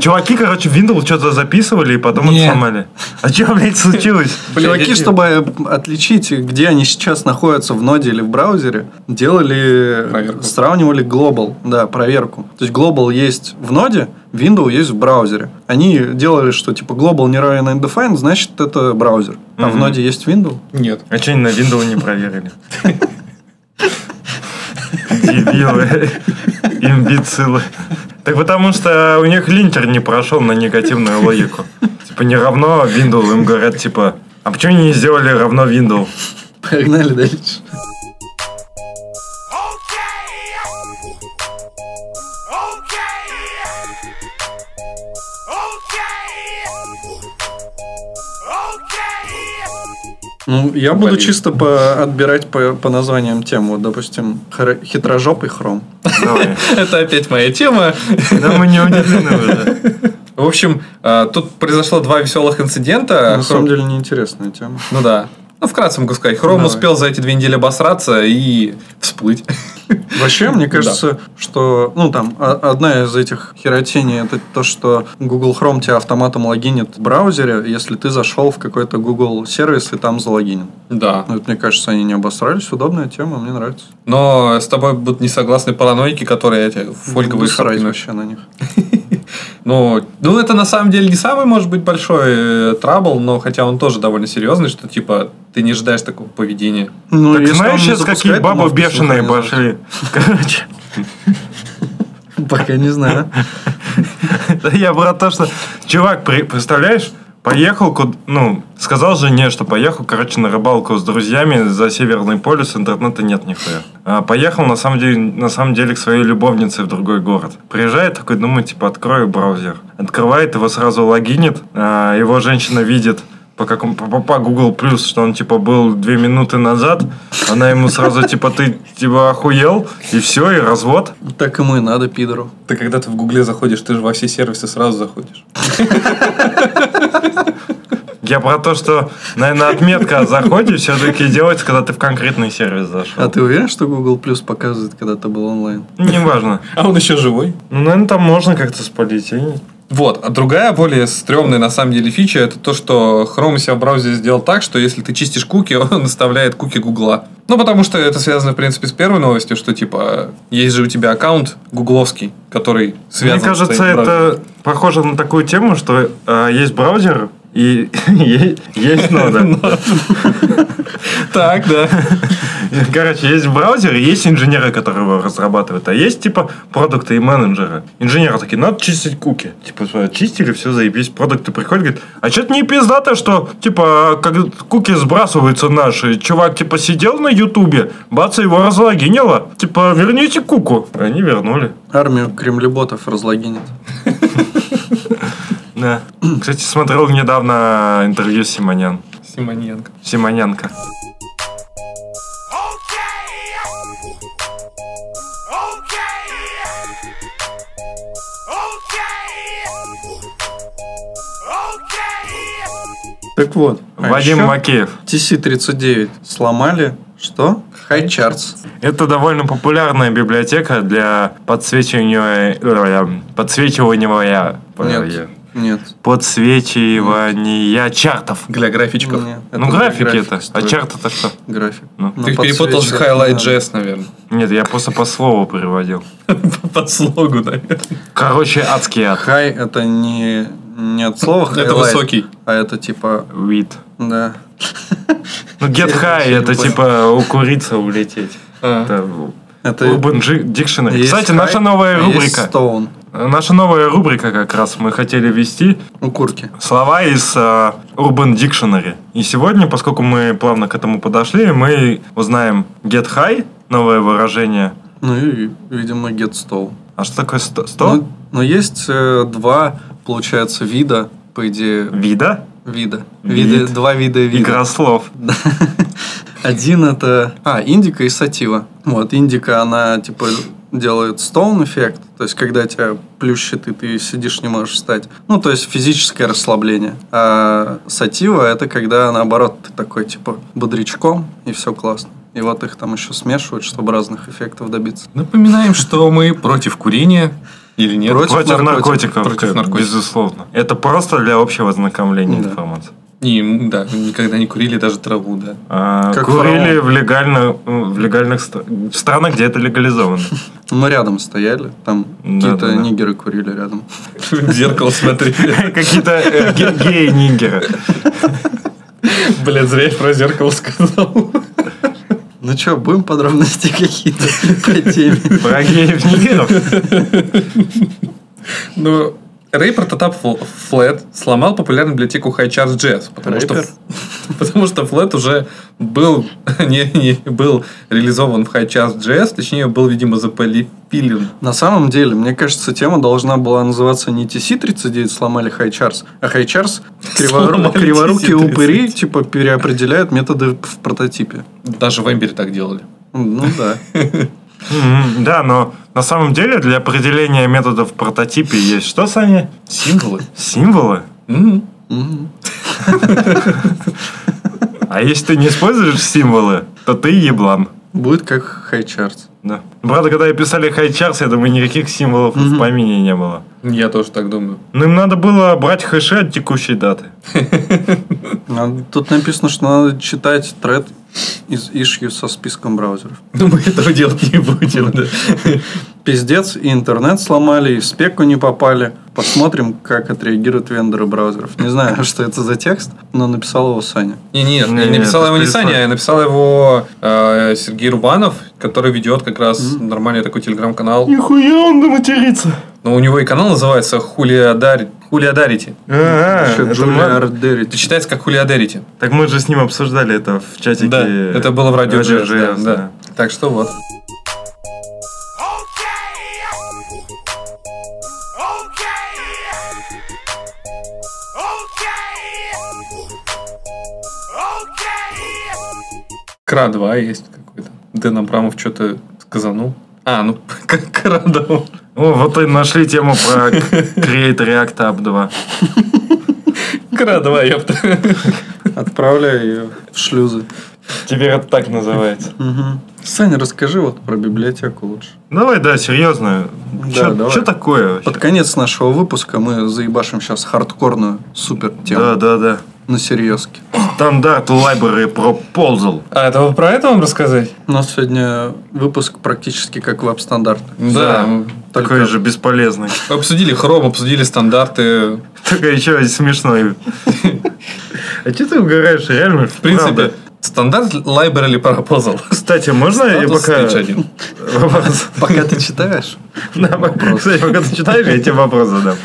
[SPEAKER 2] Чуваки, короче, в Windows что-то записывали и потом
[SPEAKER 4] Не.
[SPEAKER 2] это сломали. А что, блядь, случилось?
[SPEAKER 3] Чуваки, чтобы отличить, где они сейчас находятся в ноде или в браузере, делали,
[SPEAKER 4] Проверку.
[SPEAKER 3] сравнивали global, да, проверку. То есть global есть в ноде, Windows есть в браузере. Они делали, что типа global не равен undefined, значит это браузер. А в
[SPEAKER 2] Мгм.
[SPEAKER 3] ноде есть Windows.
[SPEAKER 4] Нет.
[SPEAKER 2] А что они на Windows не проверили? Дебилы. Имбецилы. Так потому что у них линтер не прошел на негативную логику. Типа не равно Windows, им говорят, типа, а почему не сделали равно Windows?
[SPEAKER 3] Погнали дальше.
[SPEAKER 5] Okay. Okay. Okay.
[SPEAKER 3] Ну, я буду
[SPEAKER 4] Блин.
[SPEAKER 3] чисто по, отбирать по, по названиям тем. Вот, допустим, хра- хитрожопый хром.
[SPEAKER 2] Давай.
[SPEAKER 4] Это опять моя тема.
[SPEAKER 2] Да мы не удивлены уже.
[SPEAKER 4] В общем, э, тут произошло два веселых
[SPEAKER 2] Э,
[SPEAKER 4] инцидента.
[SPEAKER 3] На самом деле неинтересная тема.
[SPEAKER 4] Ну да. Ну, вкратце могу сказать. Хром
[SPEAKER 3] Давай.
[SPEAKER 4] успел за эти две недели обосраться и всплыть.
[SPEAKER 3] Вообще, мне кажется, что, ну, там, о- одна из этих херотений это то, что Google Chrome тебя автоматом логинит в браузере, если ты зашел в какой-то Google сервис и там залогинен.
[SPEAKER 4] Да.
[SPEAKER 3] Ну, это, мне кажется, они не обосрались. Удобная тема, мне нравится.
[SPEAKER 4] Но с тобой будут не согласны параноики, которые эти фольговые
[SPEAKER 3] Буду срать
[SPEAKER 4] шапки носят.
[SPEAKER 3] вообще на них.
[SPEAKER 4] Ну, ну, это на самом деле не самый, может быть, большой э, трабл, но хотя он тоже довольно серьезный, что типа ты не ожидаешь такого поведения.
[SPEAKER 3] Ну,
[SPEAKER 2] Так
[SPEAKER 3] если он
[SPEAKER 2] знаешь
[SPEAKER 3] не
[SPEAKER 2] сейчас, какие
[SPEAKER 3] запускает, ну, то
[SPEAKER 2] бабы
[SPEAKER 3] можно
[SPEAKER 2] бешеные
[SPEAKER 3] синхронизировать.
[SPEAKER 2] пошли? Короче,
[SPEAKER 3] Пока не знаю.
[SPEAKER 2] да я про то, что... Чувак, при- представляешь, поехал, куд- ну, сказал жене, что поехал, короче, на рыбалку с друзьями за Северный полюс, интернета нет нихуя. А поехал, на самом деле, на самом деле, к своей любовнице в другой город. Приезжает такой, думаю, типа, открою браузер. Открывает, его сразу логинит, а, его женщина видит, по какому по, по- по Google Плюс, что он типа был две минуты назад, она ему сразу типа ты типа охуел и все и развод.
[SPEAKER 3] Так ему и надо, пидору.
[SPEAKER 4] Ты когда ты в Гугле заходишь, ты же во все сервисы сразу заходишь.
[SPEAKER 2] Я про то, что, наверное, отметка о заходе все-таки делается, когда ты в конкретный сервис зашел.
[SPEAKER 3] А ты уверен, что Google Plus показывает, когда ты был онлайн?
[SPEAKER 2] Неважно.
[SPEAKER 4] А он еще живой.
[SPEAKER 2] Ну, наверное, там можно как-то спалить. я не-
[SPEAKER 4] Вот. А другая, более стрёмная, на самом деле, фича, это то, что Chrome у себя в браузере сделал так, что если ты чистишь куки, он оставляет куки Гугла. Ну, потому что это связано, в принципе, с первой новостью, что, типа, есть же у тебя аккаунт гугловский, который
[SPEAKER 2] Мне
[SPEAKER 4] связан с твоим
[SPEAKER 2] кажется,
[SPEAKER 4] браузером.
[SPEAKER 2] это похоже на такую тему, что э, есть браузер и е- есть нода.
[SPEAKER 4] Так, да.
[SPEAKER 2] Короче, есть браузер и есть инженеры, которые его разрабатывают. А есть, типа, продукты и менеджеры. Инженеры такие, надо чистить куки. Типа, э, чистили, все, заебись. Продукты приходят, говорят, а что-то не пиздато, что, типа, как куки сбрасываются наши. Чувак, типа, сидел на ютубе, бац, его разлогинило. Типа, верните куку. Они вернули.
[SPEAKER 3] Армию кремлеботов разлогинит.
[SPEAKER 2] Да. Кстати, смотрел недавно интервью Симонян.
[SPEAKER 4] Симоненко.
[SPEAKER 2] Симонянка.
[SPEAKER 3] Так вот. а
[SPEAKER 2] Вадим
[SPEAKER 3] еще
[SPEAKER 2] Макеев.
[SPEAKER 3] TC39 сломали. Что? High Charts.
[SPEAKER 2] Это довольно популярная библиотека для подсвечивания... э, Подсвечивания...
[SPEAKER 3] Нет. Нет.
[SPEAKER 2] Подсвечивания чартов.
[SPEAKER 4] Для графичков.
[SPEAKER 3] Не,
[SPEAKER 2] ну,
[SPEAKER 3] для
[SPEAKER 2] графики
[SPEAKER 3] графики
[SPEAKER 2] это. А
[SPEAKER 3] строят.
[SPEAKER 2] чарт это что?
[SPEAKER 3] График.
[SPEAKER 2] Ну.
[SPEAKER 3] Но
[SPEAKER 4] Ты перепутал с
[SPEAKER 3] подсвечивать
[SPEAKER 4] Highlight
[SPEAKER 3] надо.
[SPEAKER 4] Jazz, наверное.
[SPEAKER 2] Нет, я просто по слову переводил.
[SPEAKER 4] По слогу, наверное.
[SPEAKER 2] Короче, адский ад.
[SPEAKER 3] Хай это не, не от слова
[SPEAKER 4] Это
[SPEAKER 3] highlight,
[SPEAKER 4] высокий.
[SPEAKER 3] А это типа,
[SPEAKER 2] Вид.
[SPEAKER 3] да.
[SPEAKER 2] Ну, get high
[SPEAKER 3] вообще не
[SPEAKER 2] это
[SPEAKER 3] понял.
[SPEAKER 2] типа у курицы улететь.
[SPEAKER 4] А.
[SPEAKER 2] Это
[SPEAKER 3] Это
[SPEAKER 2] Urban G- Dictionary.
[SPEAKER 3] есть
[SPEAKER 2] Кстати,
[SPEAKER 3] high,
[SPEAKER 2] наша новая
[SPEAKER 3] а есть
[SPEAKER 2] рубрика.
[SPEAKER 3] stone.
[SPEAKER 2] Наша новая рубрика как раз мы хотели вести
[SPEAKER 3] У курки.
[SPEAKER 2] слова из э, Urban Dictionary. И сегодня, поскольку мы плавно к этому подошли, мы узнаем get high, новое выражение.
[SPEAKER 3] Ну и, видимо, get stone.
[SPEAKER 2] А что такое сто? сто?
[SPEAKER 3] Но, но Ну, есть э, два, получается, вида, по идее,
[SPEAKER 2] Вида?
[SPEAKER 3] вида.
[SPEAKER 2] Вид.
[SPEAKER 3] Виды, два вида вида.
[SPEAKER 2] Игра слов.
[SPEAKER 3] Да. Один это... А, индика и сатива. Вот, индика, она типа делает stone эффект, то есть когда тебя плющит и ты сидишь не можешь встать. Ну, то есть физическое расслабление. А сатива это когда наоборот ты такой типа бодрячком и все классно. И вот их там еще смешивают, чтобы разных эффектов добиться.
[SPEAKER 4] Напоминаем, что мы против курения или нет.
[SPEAKER 3] Против
[SPEAKER 2] Против, наркотиков,
[SPEAKER 3] наркотиков.
[SPEAKER 4] Против
[SPEAKER 2] э,
[SPEAKER 4] наркотиков.
[SPEAKER 2] безусловно. Это просто для общего ознакомления
[SPEAKER 3] Да.
[SPEAKER 2] информации.
[SPEAKER 4] И, м, да, никогда не курили даже траву, да.
[SPEAKER 2] А,
[SPEAKER 3] Как
[SPEAKER 2] курили в, легально, э, в легальных ст- в странах, где это легализовано.
[SPEAKER 3] Мы рядом стояли, там
[SPEAKER 2] Да,
[SPEAKER 3] какие-то
[SPEAKER 2] да, да.
[SPEAKER 3] нигеры курили рядом.
[SPEAKER 4] В зеркало смотрели.
[SPEAKER 2] Какие-то э, ге- геи-нигеры.
[SPEAKER 4] Блин, зря я про зеркало сказал.
[SPEAKER 3] Ну что, будем подробности какие-то по теме?
[SPEAKER 2] Про геев-нигеров.
[SPEAKER 4] Ну, Рэй прототап Фл- Флэт сломал популярную библиотеку High Charge Jazz, потому
[SPEAKER 3] Рэпер?
[SPEAKER 4] что потому что Флэт уже был не, не был реализован в High Charge Jazz, точнее был, видимо, запылен.
[SPEAKER 3] На самом деле, мне кажется, тема должна была называться не TC39 сломали Хайчарс, а Хайчарс
[SPEAKER 4] Сломали
[SPEAKER 3] криворукие
[SPEAKER 4] TC-39.
[SPEAKER 3] упыри типа переопределяют методы в прототипе.
[SPEAKER 4] Даже в Эмбере так делали.
[SPEAKER 3] Ну да.
[SPEAKER 2] Мгм, Да, но на самом деле для определения методов в прототипе есть что, Саня?
[SPEAKER 4] Символы. М-м.
[SPEAKER 2] Символы?
[SPEAKER 4] М.
[SPEAKER 3] Мгм.
[SPEAKER 2] А если ты не используешь символы, то ты еблан.
[SPEAKER 3] Будет как Хайчарс.
[SPEAKER 2] Да. Правда, когда писали хайчарс, я думаю, никаких символов в помине не было.
[SPEAKER 4] Я тоже так думаю.
[SPEAKER 2] Но им надо было брать хэши от текущей даты.
[SPEAKER 3] А Тут написано, что надо читать тред из ишью со списком браузеров.
[SPEAKER 4] Но Ну, мы этого делать не будем. да.
[SPEAKER 3] Пиздец, и интернет сломали, и в спеку не попали. Посмотрим, как отреагируют вендоры браузеров. Не знаю, что это за текст, но написал его Саня.
[SPEAKER 4] Не, не,
[SPEAKER 2] Не,
[SPEAKER 4] не,
[SPEAKER 2] не,
[SPEAKER 4] написал
[SPEAKER 2] это
[SPEAKER 4] его не
[SPEAKER 2] перестань.
[SPEAKER 4] Саня, а написал его э, Сергей Рубанов, который ведет как раз нормальный такой телеграм-канал.
[SPEAKER 2] Нихуя он матерится.
[SPEAKER 4] Но Ну, у него и канал называется Хулиадарь. Хулиадарити.
[SPEAKER 3] Еще Джулия Ардерити.
[SPEAKER 4] Это читается как Хулиадарити.
[SPEAKER 2] А, Так мы же с ним обсуждали это в чатике.
[SPEAKER 4] Да, это было в радио GS, да,
[SPEAKER 2] GS,
[SPEAKER 4] да.
[SPEAKER 2] да.
[SPEAKER 4] Так что вот. Кра-2 есть какой-то. Дэн Абрамов что-то сказанул. А, ну, как Кра-2.
[SPEAKER 2] О, вот и нашли тему про Create React App 2.
[SPEAKER 4] Кра-2, ёпта.
[SPEAKER 3] Отправляю ее в шлюзы.
[SPEAKER 2] Теперь это так называется.
[SPEAKER 3] Саня, расскажи вот про библиотеку лучше.
[SPEAKER 2] Давай, да, серьезно.
[SPEAKER 3] Да, давай.
[SPEAKER 2] Что такое вообще?
[SPEAKER 3] Под конец нашего выпуска мы заебашим сейчас хардкорную супер тему
[SPEAKER 2] Да, да, да.
[SPEAKER 3] на серьезке.
[SPEAKER 2] Стандарт Library Proposal.
[SPEAKER 4] А это вы про это вам рассказать?
[SPEAKER 3] У нас сегодня выпуск практически как веб-стандарт.
[SPEAKER 4] Да.
[SPEAKER 2] ну, Такой же бесполезный.
[SPEAKER 4] Обсудили хром, обсудили стандарты.
[SPEAKER 2] Только еще и смешной. А что ты угораешь, реально?
[SPEAKER 4] В принципе, стандарт Library Proposal.
[SPEAKER 2] Кстати, можно я
[SPEAKER 4] Статус
[SPEAKER 2] пока...
[SPEAKER 4] speech один.
[SPEAKER 2] Вопрос.
[SPEAKER 3] Пока ты читаешь,
[SPEAKER 2] Да, Кстати, пока ты читаешь, я тебе вопрос задам.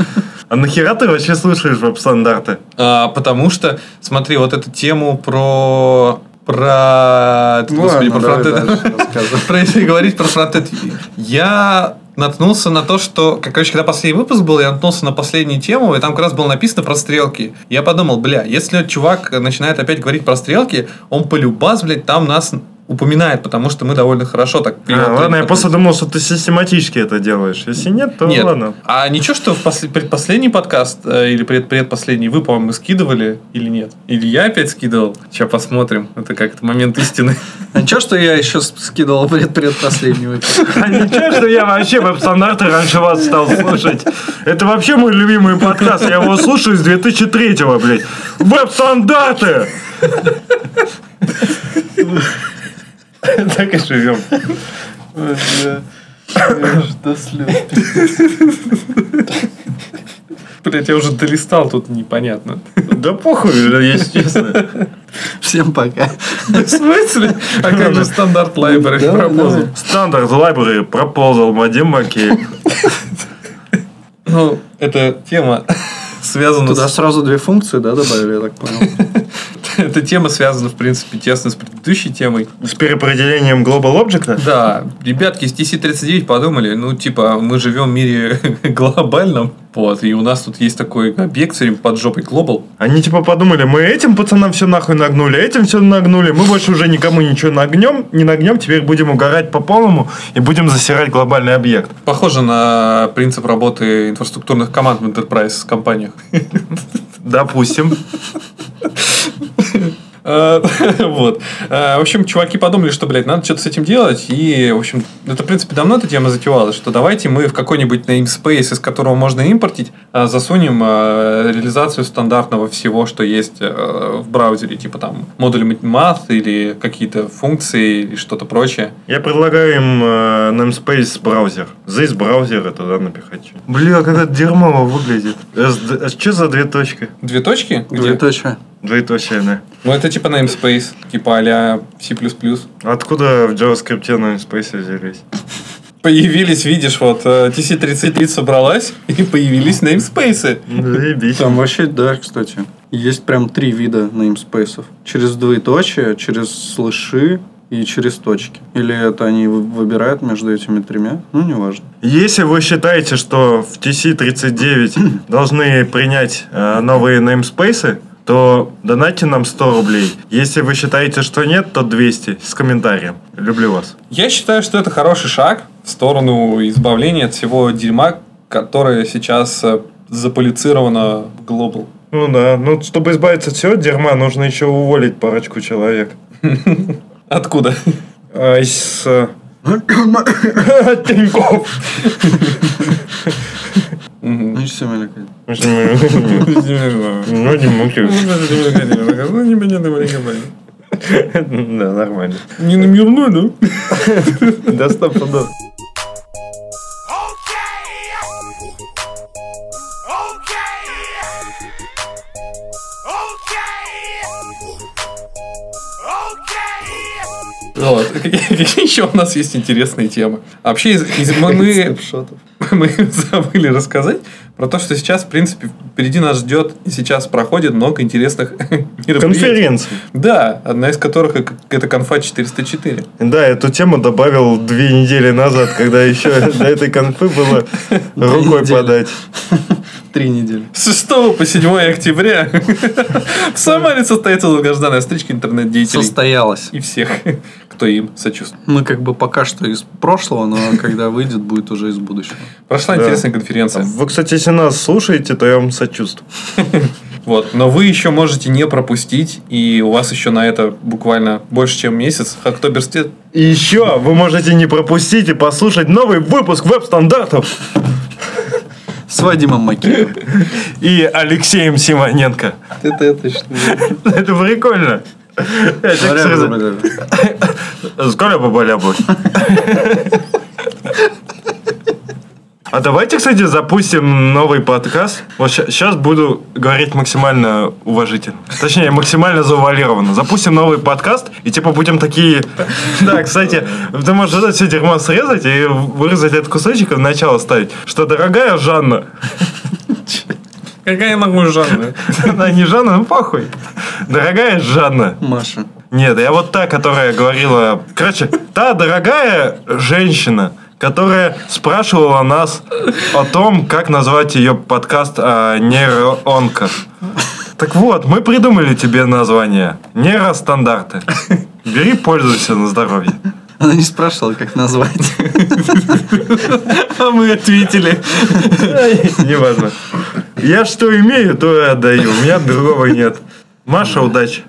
[SPEAKER 2] А нахера ты вообще слушаешь веб-стандарты?
[SPEAKER 4] А, потому что, смотри, вот эту тему про... Про...
[SPEAKER 3] ну ладно, давай
[SPEAKER 4] про фронтенд.
[SPEAKER 3] дальше рассказывай.
[SPEAKER 4] Про если говорить про фронтенд, я наткнулся на то, что, как, короче, когда последний выпуск был, я наткнулся на последнюю тему, и там как раз было написано про стрелки. Я подумал, бля, если чувак начинает опять говорить про стрелки, он полюбас, блядь, там нас упоминает, потому что мы довольно хорошо так
[SPEAKER 2] А,
[SPEAKER 4] привыкли.
[SPEAKER 2] ладно, я просто думал, что ты систематически это делаешь. Если нет, то
[SPEAKER 4] Нет.
[SPEAKER 2] ладно.
[SPEAKER 4] А ничего, что в посл- предпоследний подкаст э, или пред- предпоследний вы, по-моему, скидывали или нет? Или я опять скидывал? Сейчас посмотрим. Это как-то момент истины.
[SPEAKER 3] А Ничего, что я еще с- скидывал пред предпоследний выпуск.
[SPEAKER 2] А ничего, что я вообще веб-стандарты раньше вас стал слушать. Это вообще мой любимый подкаст. Я его слушаю с 2003-го, блядь. Веб-стандарты! Так и живем.
[SPEAKER 4] Блять, я уже долистал, тут непонятно.
[SPEAKER 2] Да похуй, если честно.
[SPEAKER 3] Всем пока.
[SPEAKER 4] В смысле? А как же стандарт лайбрери пропозал?
[SPEAKER 2] Стандарт Library пропозал Вадим Макеев.
[SPEAKER 4] Ну, эта тема связана
[SPEAKER 3] Туда
[SPEAKER 4] с...
[SPEAKER 3] сразу две функции, да, добавили, я так понял.
[SPEAKER 4] Эта тема связана, в принципе, тесно с предыдущей темой.
[SPEAKER 2] С переопределением Global Object?
[SPEAKER 4] Да, ребятки из TC39 подумали, ну, типа, мы живем в мире глобальном, вот, и у нас тут есть такой объект с этим под жопой Global.
[SPEAKER 2] Они типа подумали, мы этим пацанам все нахуй нагнули, этим все нагнули, мы больше уже никому ничего нагнем, не нагнем, теперь будем угорать по полному и будем засирать глобальный объект.
[SPEAKER 4] Похоже на принцип работы инфраструктурных команд в Enterprise компаниях.
[SPEAKER 2] Допустим.
[SPEAKER 4] Э, Вот. Э, В общем, чуваки подумали, что, блядь, надо что-то с этим делать. И, в общем, это, в принципе, давно эта тема затевалась, что давайте мы в какой-нибудь namespace, из которого можно импортить, э, засунем э, реализацию стандартного всего, что есть э, в браузере. Типа там модуль math или какие-то функции или что-то прочее.
[SPEAKER 2] Я предлагаю им э, namespace браузер. Здесь браузер это да, напихать. Бля, как это дерьмово выглядит. Что а за две точки?
[SPEAKER 4] Две точки? Где?
[SPEAKER 3] Двоеточие.
[SPEAKER 2] Двоеточие,
[SPEAKER 4] Ну, это типа namespace, типа а-ля C++.
[SPEAKER 2] да. Откуда в JavaScript namespace взялись?
[SPEAKER 4] Появились, видишь, вот, э, TC33 собралась, и появились namespace.
[SPEAKER 2] Заебись.
[SPEAKER 3] Там вообще, да, кстати, есть прям три вида неймспейсов. Через двоеточие, через слыши и через точки. Или это они вы- выбирают между этими тремя? Ну, неважно.
[SPEAKER 2] Если вы считаете, что в TC39 должны принять э, новые неймспейсы, то донайте нам 100 рублей. Если вы считаете, что нет, то 200 с комментарием. Люблю вас.
[SPEAKER 4] Я считаю, что это хороший шаг в сторону избавления от всего дерьма, которое сейчас э, заполицировано в Global.
[SPEAKER 2] Ну да, ну чтобы избавиться от всего дерьма, нужно еще уволить парочку человек.
[SPEAKER 4] Откуда?
[SPEAKER 2] А, из... э, Тинькофф.
[SPEAKER 4] Мгм.
[SPEAKER 3] Ну, все, Меликой.
[SPEAKER 2] Ну, не муки.
[SPEAKER 4] Не
[SPEAKER 2] Да, нормально.
[SPEAKER 4] намернули?
[SPEAKER 2] Да, стопудово.
[SPEAKER 4] Вот. Какие какие еще у нас есть интересные темы? А Вообще, из- из- мы- мы, мы забыли рассказать про то, что сейчас, в принципе, впереди нас ждет и сейчас проходит много интересных мероприятий.
[SPEAKER 2] Конференции.
[SPEAKER 4] Да, одна из которых и- это конфа 404.
[SPEAKER 2] Да, эту тему добавил две недели назад, когда еще до этой конфы было рукой
[SPEAKER 3] недели.
[SPEAKER 2] подать.
[SPEAKER 3] Три недели.
[SPEAKER 4] С 6 по 7 октября в Самаре состоится долгожданная встреча интернет-деятелей.
[SPEAKER 3] Состоялось.
[SPEAKER 4] И всех, кто им сочувствует.
[SPEAKER 3] Ну, как бы пока что из прошлого, но когда выйдет, будет уже из будущего.
[SPEAKER 4] Прошла
[SPEAKER 2] Да.
[SPEAKER 4] интересная конференция.
[SPEAKER 2] Вы, кстати, если нас слушаете, то я вам сочувствую.
[SPEAKER 4] Вот. Но вы еще можете не пропустить, и у вас еще на это буквально больше, чем месяц. Октоберстед.
[SPEAKER 2] И еще вы можете не пропустить и послушать новый выпуск веб-стандартов
[SPEAKER 3] С Вадимом Макеевым.
[SPEAKER 2] и Алексеем Симоненко.
[SPEAKER 3] Это точно.
[SPEAKER 2] Это прикольно. Я так сразу- Скоро бабаля будет. А давайте, кстати, запустим новый подкаст. Вот сейчас буду говорить максимально уважительно. Точнее, максимально завуалированно. Запустим новый подкаст, и типа будем такие... Да, кстати, ты можешь это все дерьмо срезать и вырезать этот кусочек и в начало ставить. Что, дорогая Жанна...
[SPEAKER 4] Какая могу жанна?
[SPEAKER 2] Она не Жанна, ну похуй. Дорогая Жанна,
[SPEAKER 3] Маша.
[SPEAKER 2] нет, я вот та, которая говорила... Короче, та дорогая женщина, которая спрашивала нас о том, как назвать ее подкаст о нейроонках. Так вот, мы придумали тебе название. Нейростандарты. Бери, пользуйся на здоровье.
[SPEAKER 3] Она не спрашивала, как назвать.
[SPEAKER 4] А мы ответили.
[SPEAKER 2] Неважно. Я что имею, то и отдаю. У меня другого нет. Маша, удачи.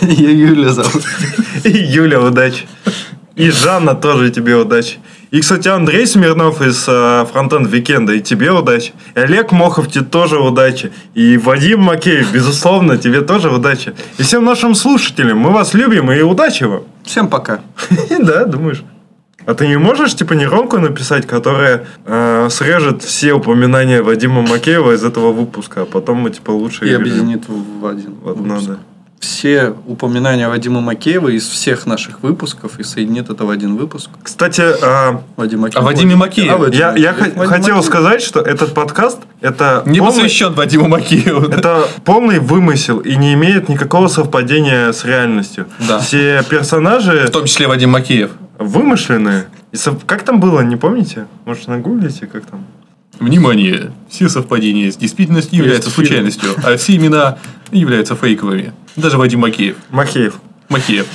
[SPEAKER 3] Ее Юля зовут.
[SPEAKER 2] И Юля, удачи. И Жанна, тоже тебе удачи. И, кстати, Андрей Смирнов из э, Фронтенд Викенда, и тебе удачи. И Олег Мохов, тебе тоже удачи. И Вадим Макеев, безусловно, тебе тоже удачи. И всем нашим слушателям, мы вас любим и удачи вам.
[SPEAKER 3] Всем пока.
[SPEAKER 2] Да, думаешь. А ты не можешь, типа, нейронку написать, которая э, срежет все упоминания Вадима Макеева из этого выпуска, а потом мы, типа, лучше...
[SPEAKER 3] И
[SPEAKER 2] вырежем?
[SPEAKER 3] объединит в в один.
[SPEAKER 2] Вот
[SPEAKER 3] выпуск.
[SPEAKER 2] надо.
[SPEAKER 3] Все упоминания Вадима Макеева из всех наших выпусков и соединит это в один выпуск.
[SPEAKER 2] Кстати, э,
[SPEAKER 3] Вадим Макеев.
[SPEAKER 4] О Вадиме Макееве.
[SPEAKER 3] А, Вадим
[SPEAKER 2] я, я
[SPEAKER 3] Макеев.
[SPEAKER 2] хо-
[SPEAKER 3] Вадим
[SPEAKER 2] хотел
[SPEAKER 3] Макеев.
[SPEAKER 2] сказать, что этот подкаст это
[SPEAKER 4] Не
[SPEAKER 2] полный,
[SPEAKER 4] посвящен Вадиму Макееву.
[SPEAKER 2] это полный вымысел и не имеет никакого совпадения с реальностью.
[SPEAKER 4] Да.
[SPEAKER 2] Все персонажи
[SPEAKER 4] В том числе Вадим Макеев.
[SPEAKER 2] вымышленные. И сов- Как там было, не помните? Может, нагуглите, как там?
[SPEAKER 4] Внимание! Все совпадения с действительностью являются случайностью, а все имена являются фейковыми. Даже Вадим Макеев.
[SPEAKER 2] Махеев.
[SPEAKER 4] Макеев.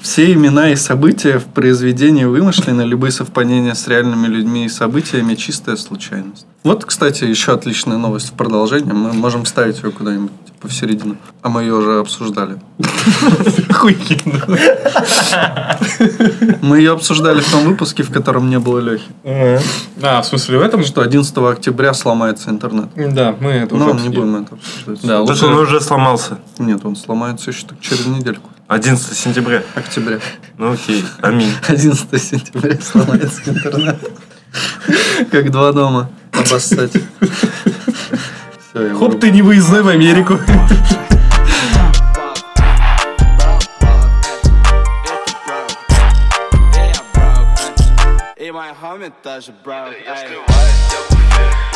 [SPEAKER 3] Все имена и события в произведении вымышлены, любые совпадения с реальными людьми и событиями – чистая случайность. Вот, кстати, еще отличная новость в продолжение. Мы можем ставить ее куда-нибудь типа, в середину. А мы ее уже обсуждали.
[SPEAKER 4] Охуенно.
[SPEAKER 3] Мы ее обсуждали в том выпуске, в котором не было Лехи.
[SPEAKER 4] А, в смысле, в этом?
[SPEAKER 3] Что 11 октября сломается интернет.
[SPEAKER 4] Да, мы это уже
[SPEAKER 3] Но не
[SPEAKER 4] обсудили.
[SPEAKER 3] будем это обсуждать.
[SPEAKER 4] Да,
[SPEAKER 2] Потому
[SPEAKER 4] лучше...
[SPEAKER 2] что он уже сломался.
[SPEAKER 3] Нет, он сломается еще так через недельку.
[SPEAKER 2] 11 сентября.
[SPEAKER 3] Октября.
[SPEAKER 2] Ну окей, аминь.
[SPEAKER 3] 11 сентября сломается интернет. Как два дома обоссать. Все, я
[SPEAKER 4] Хоп, ты не выездной в Америку.
[SPEAKER 7] Эй, Мохаммед даже, бро. Эй,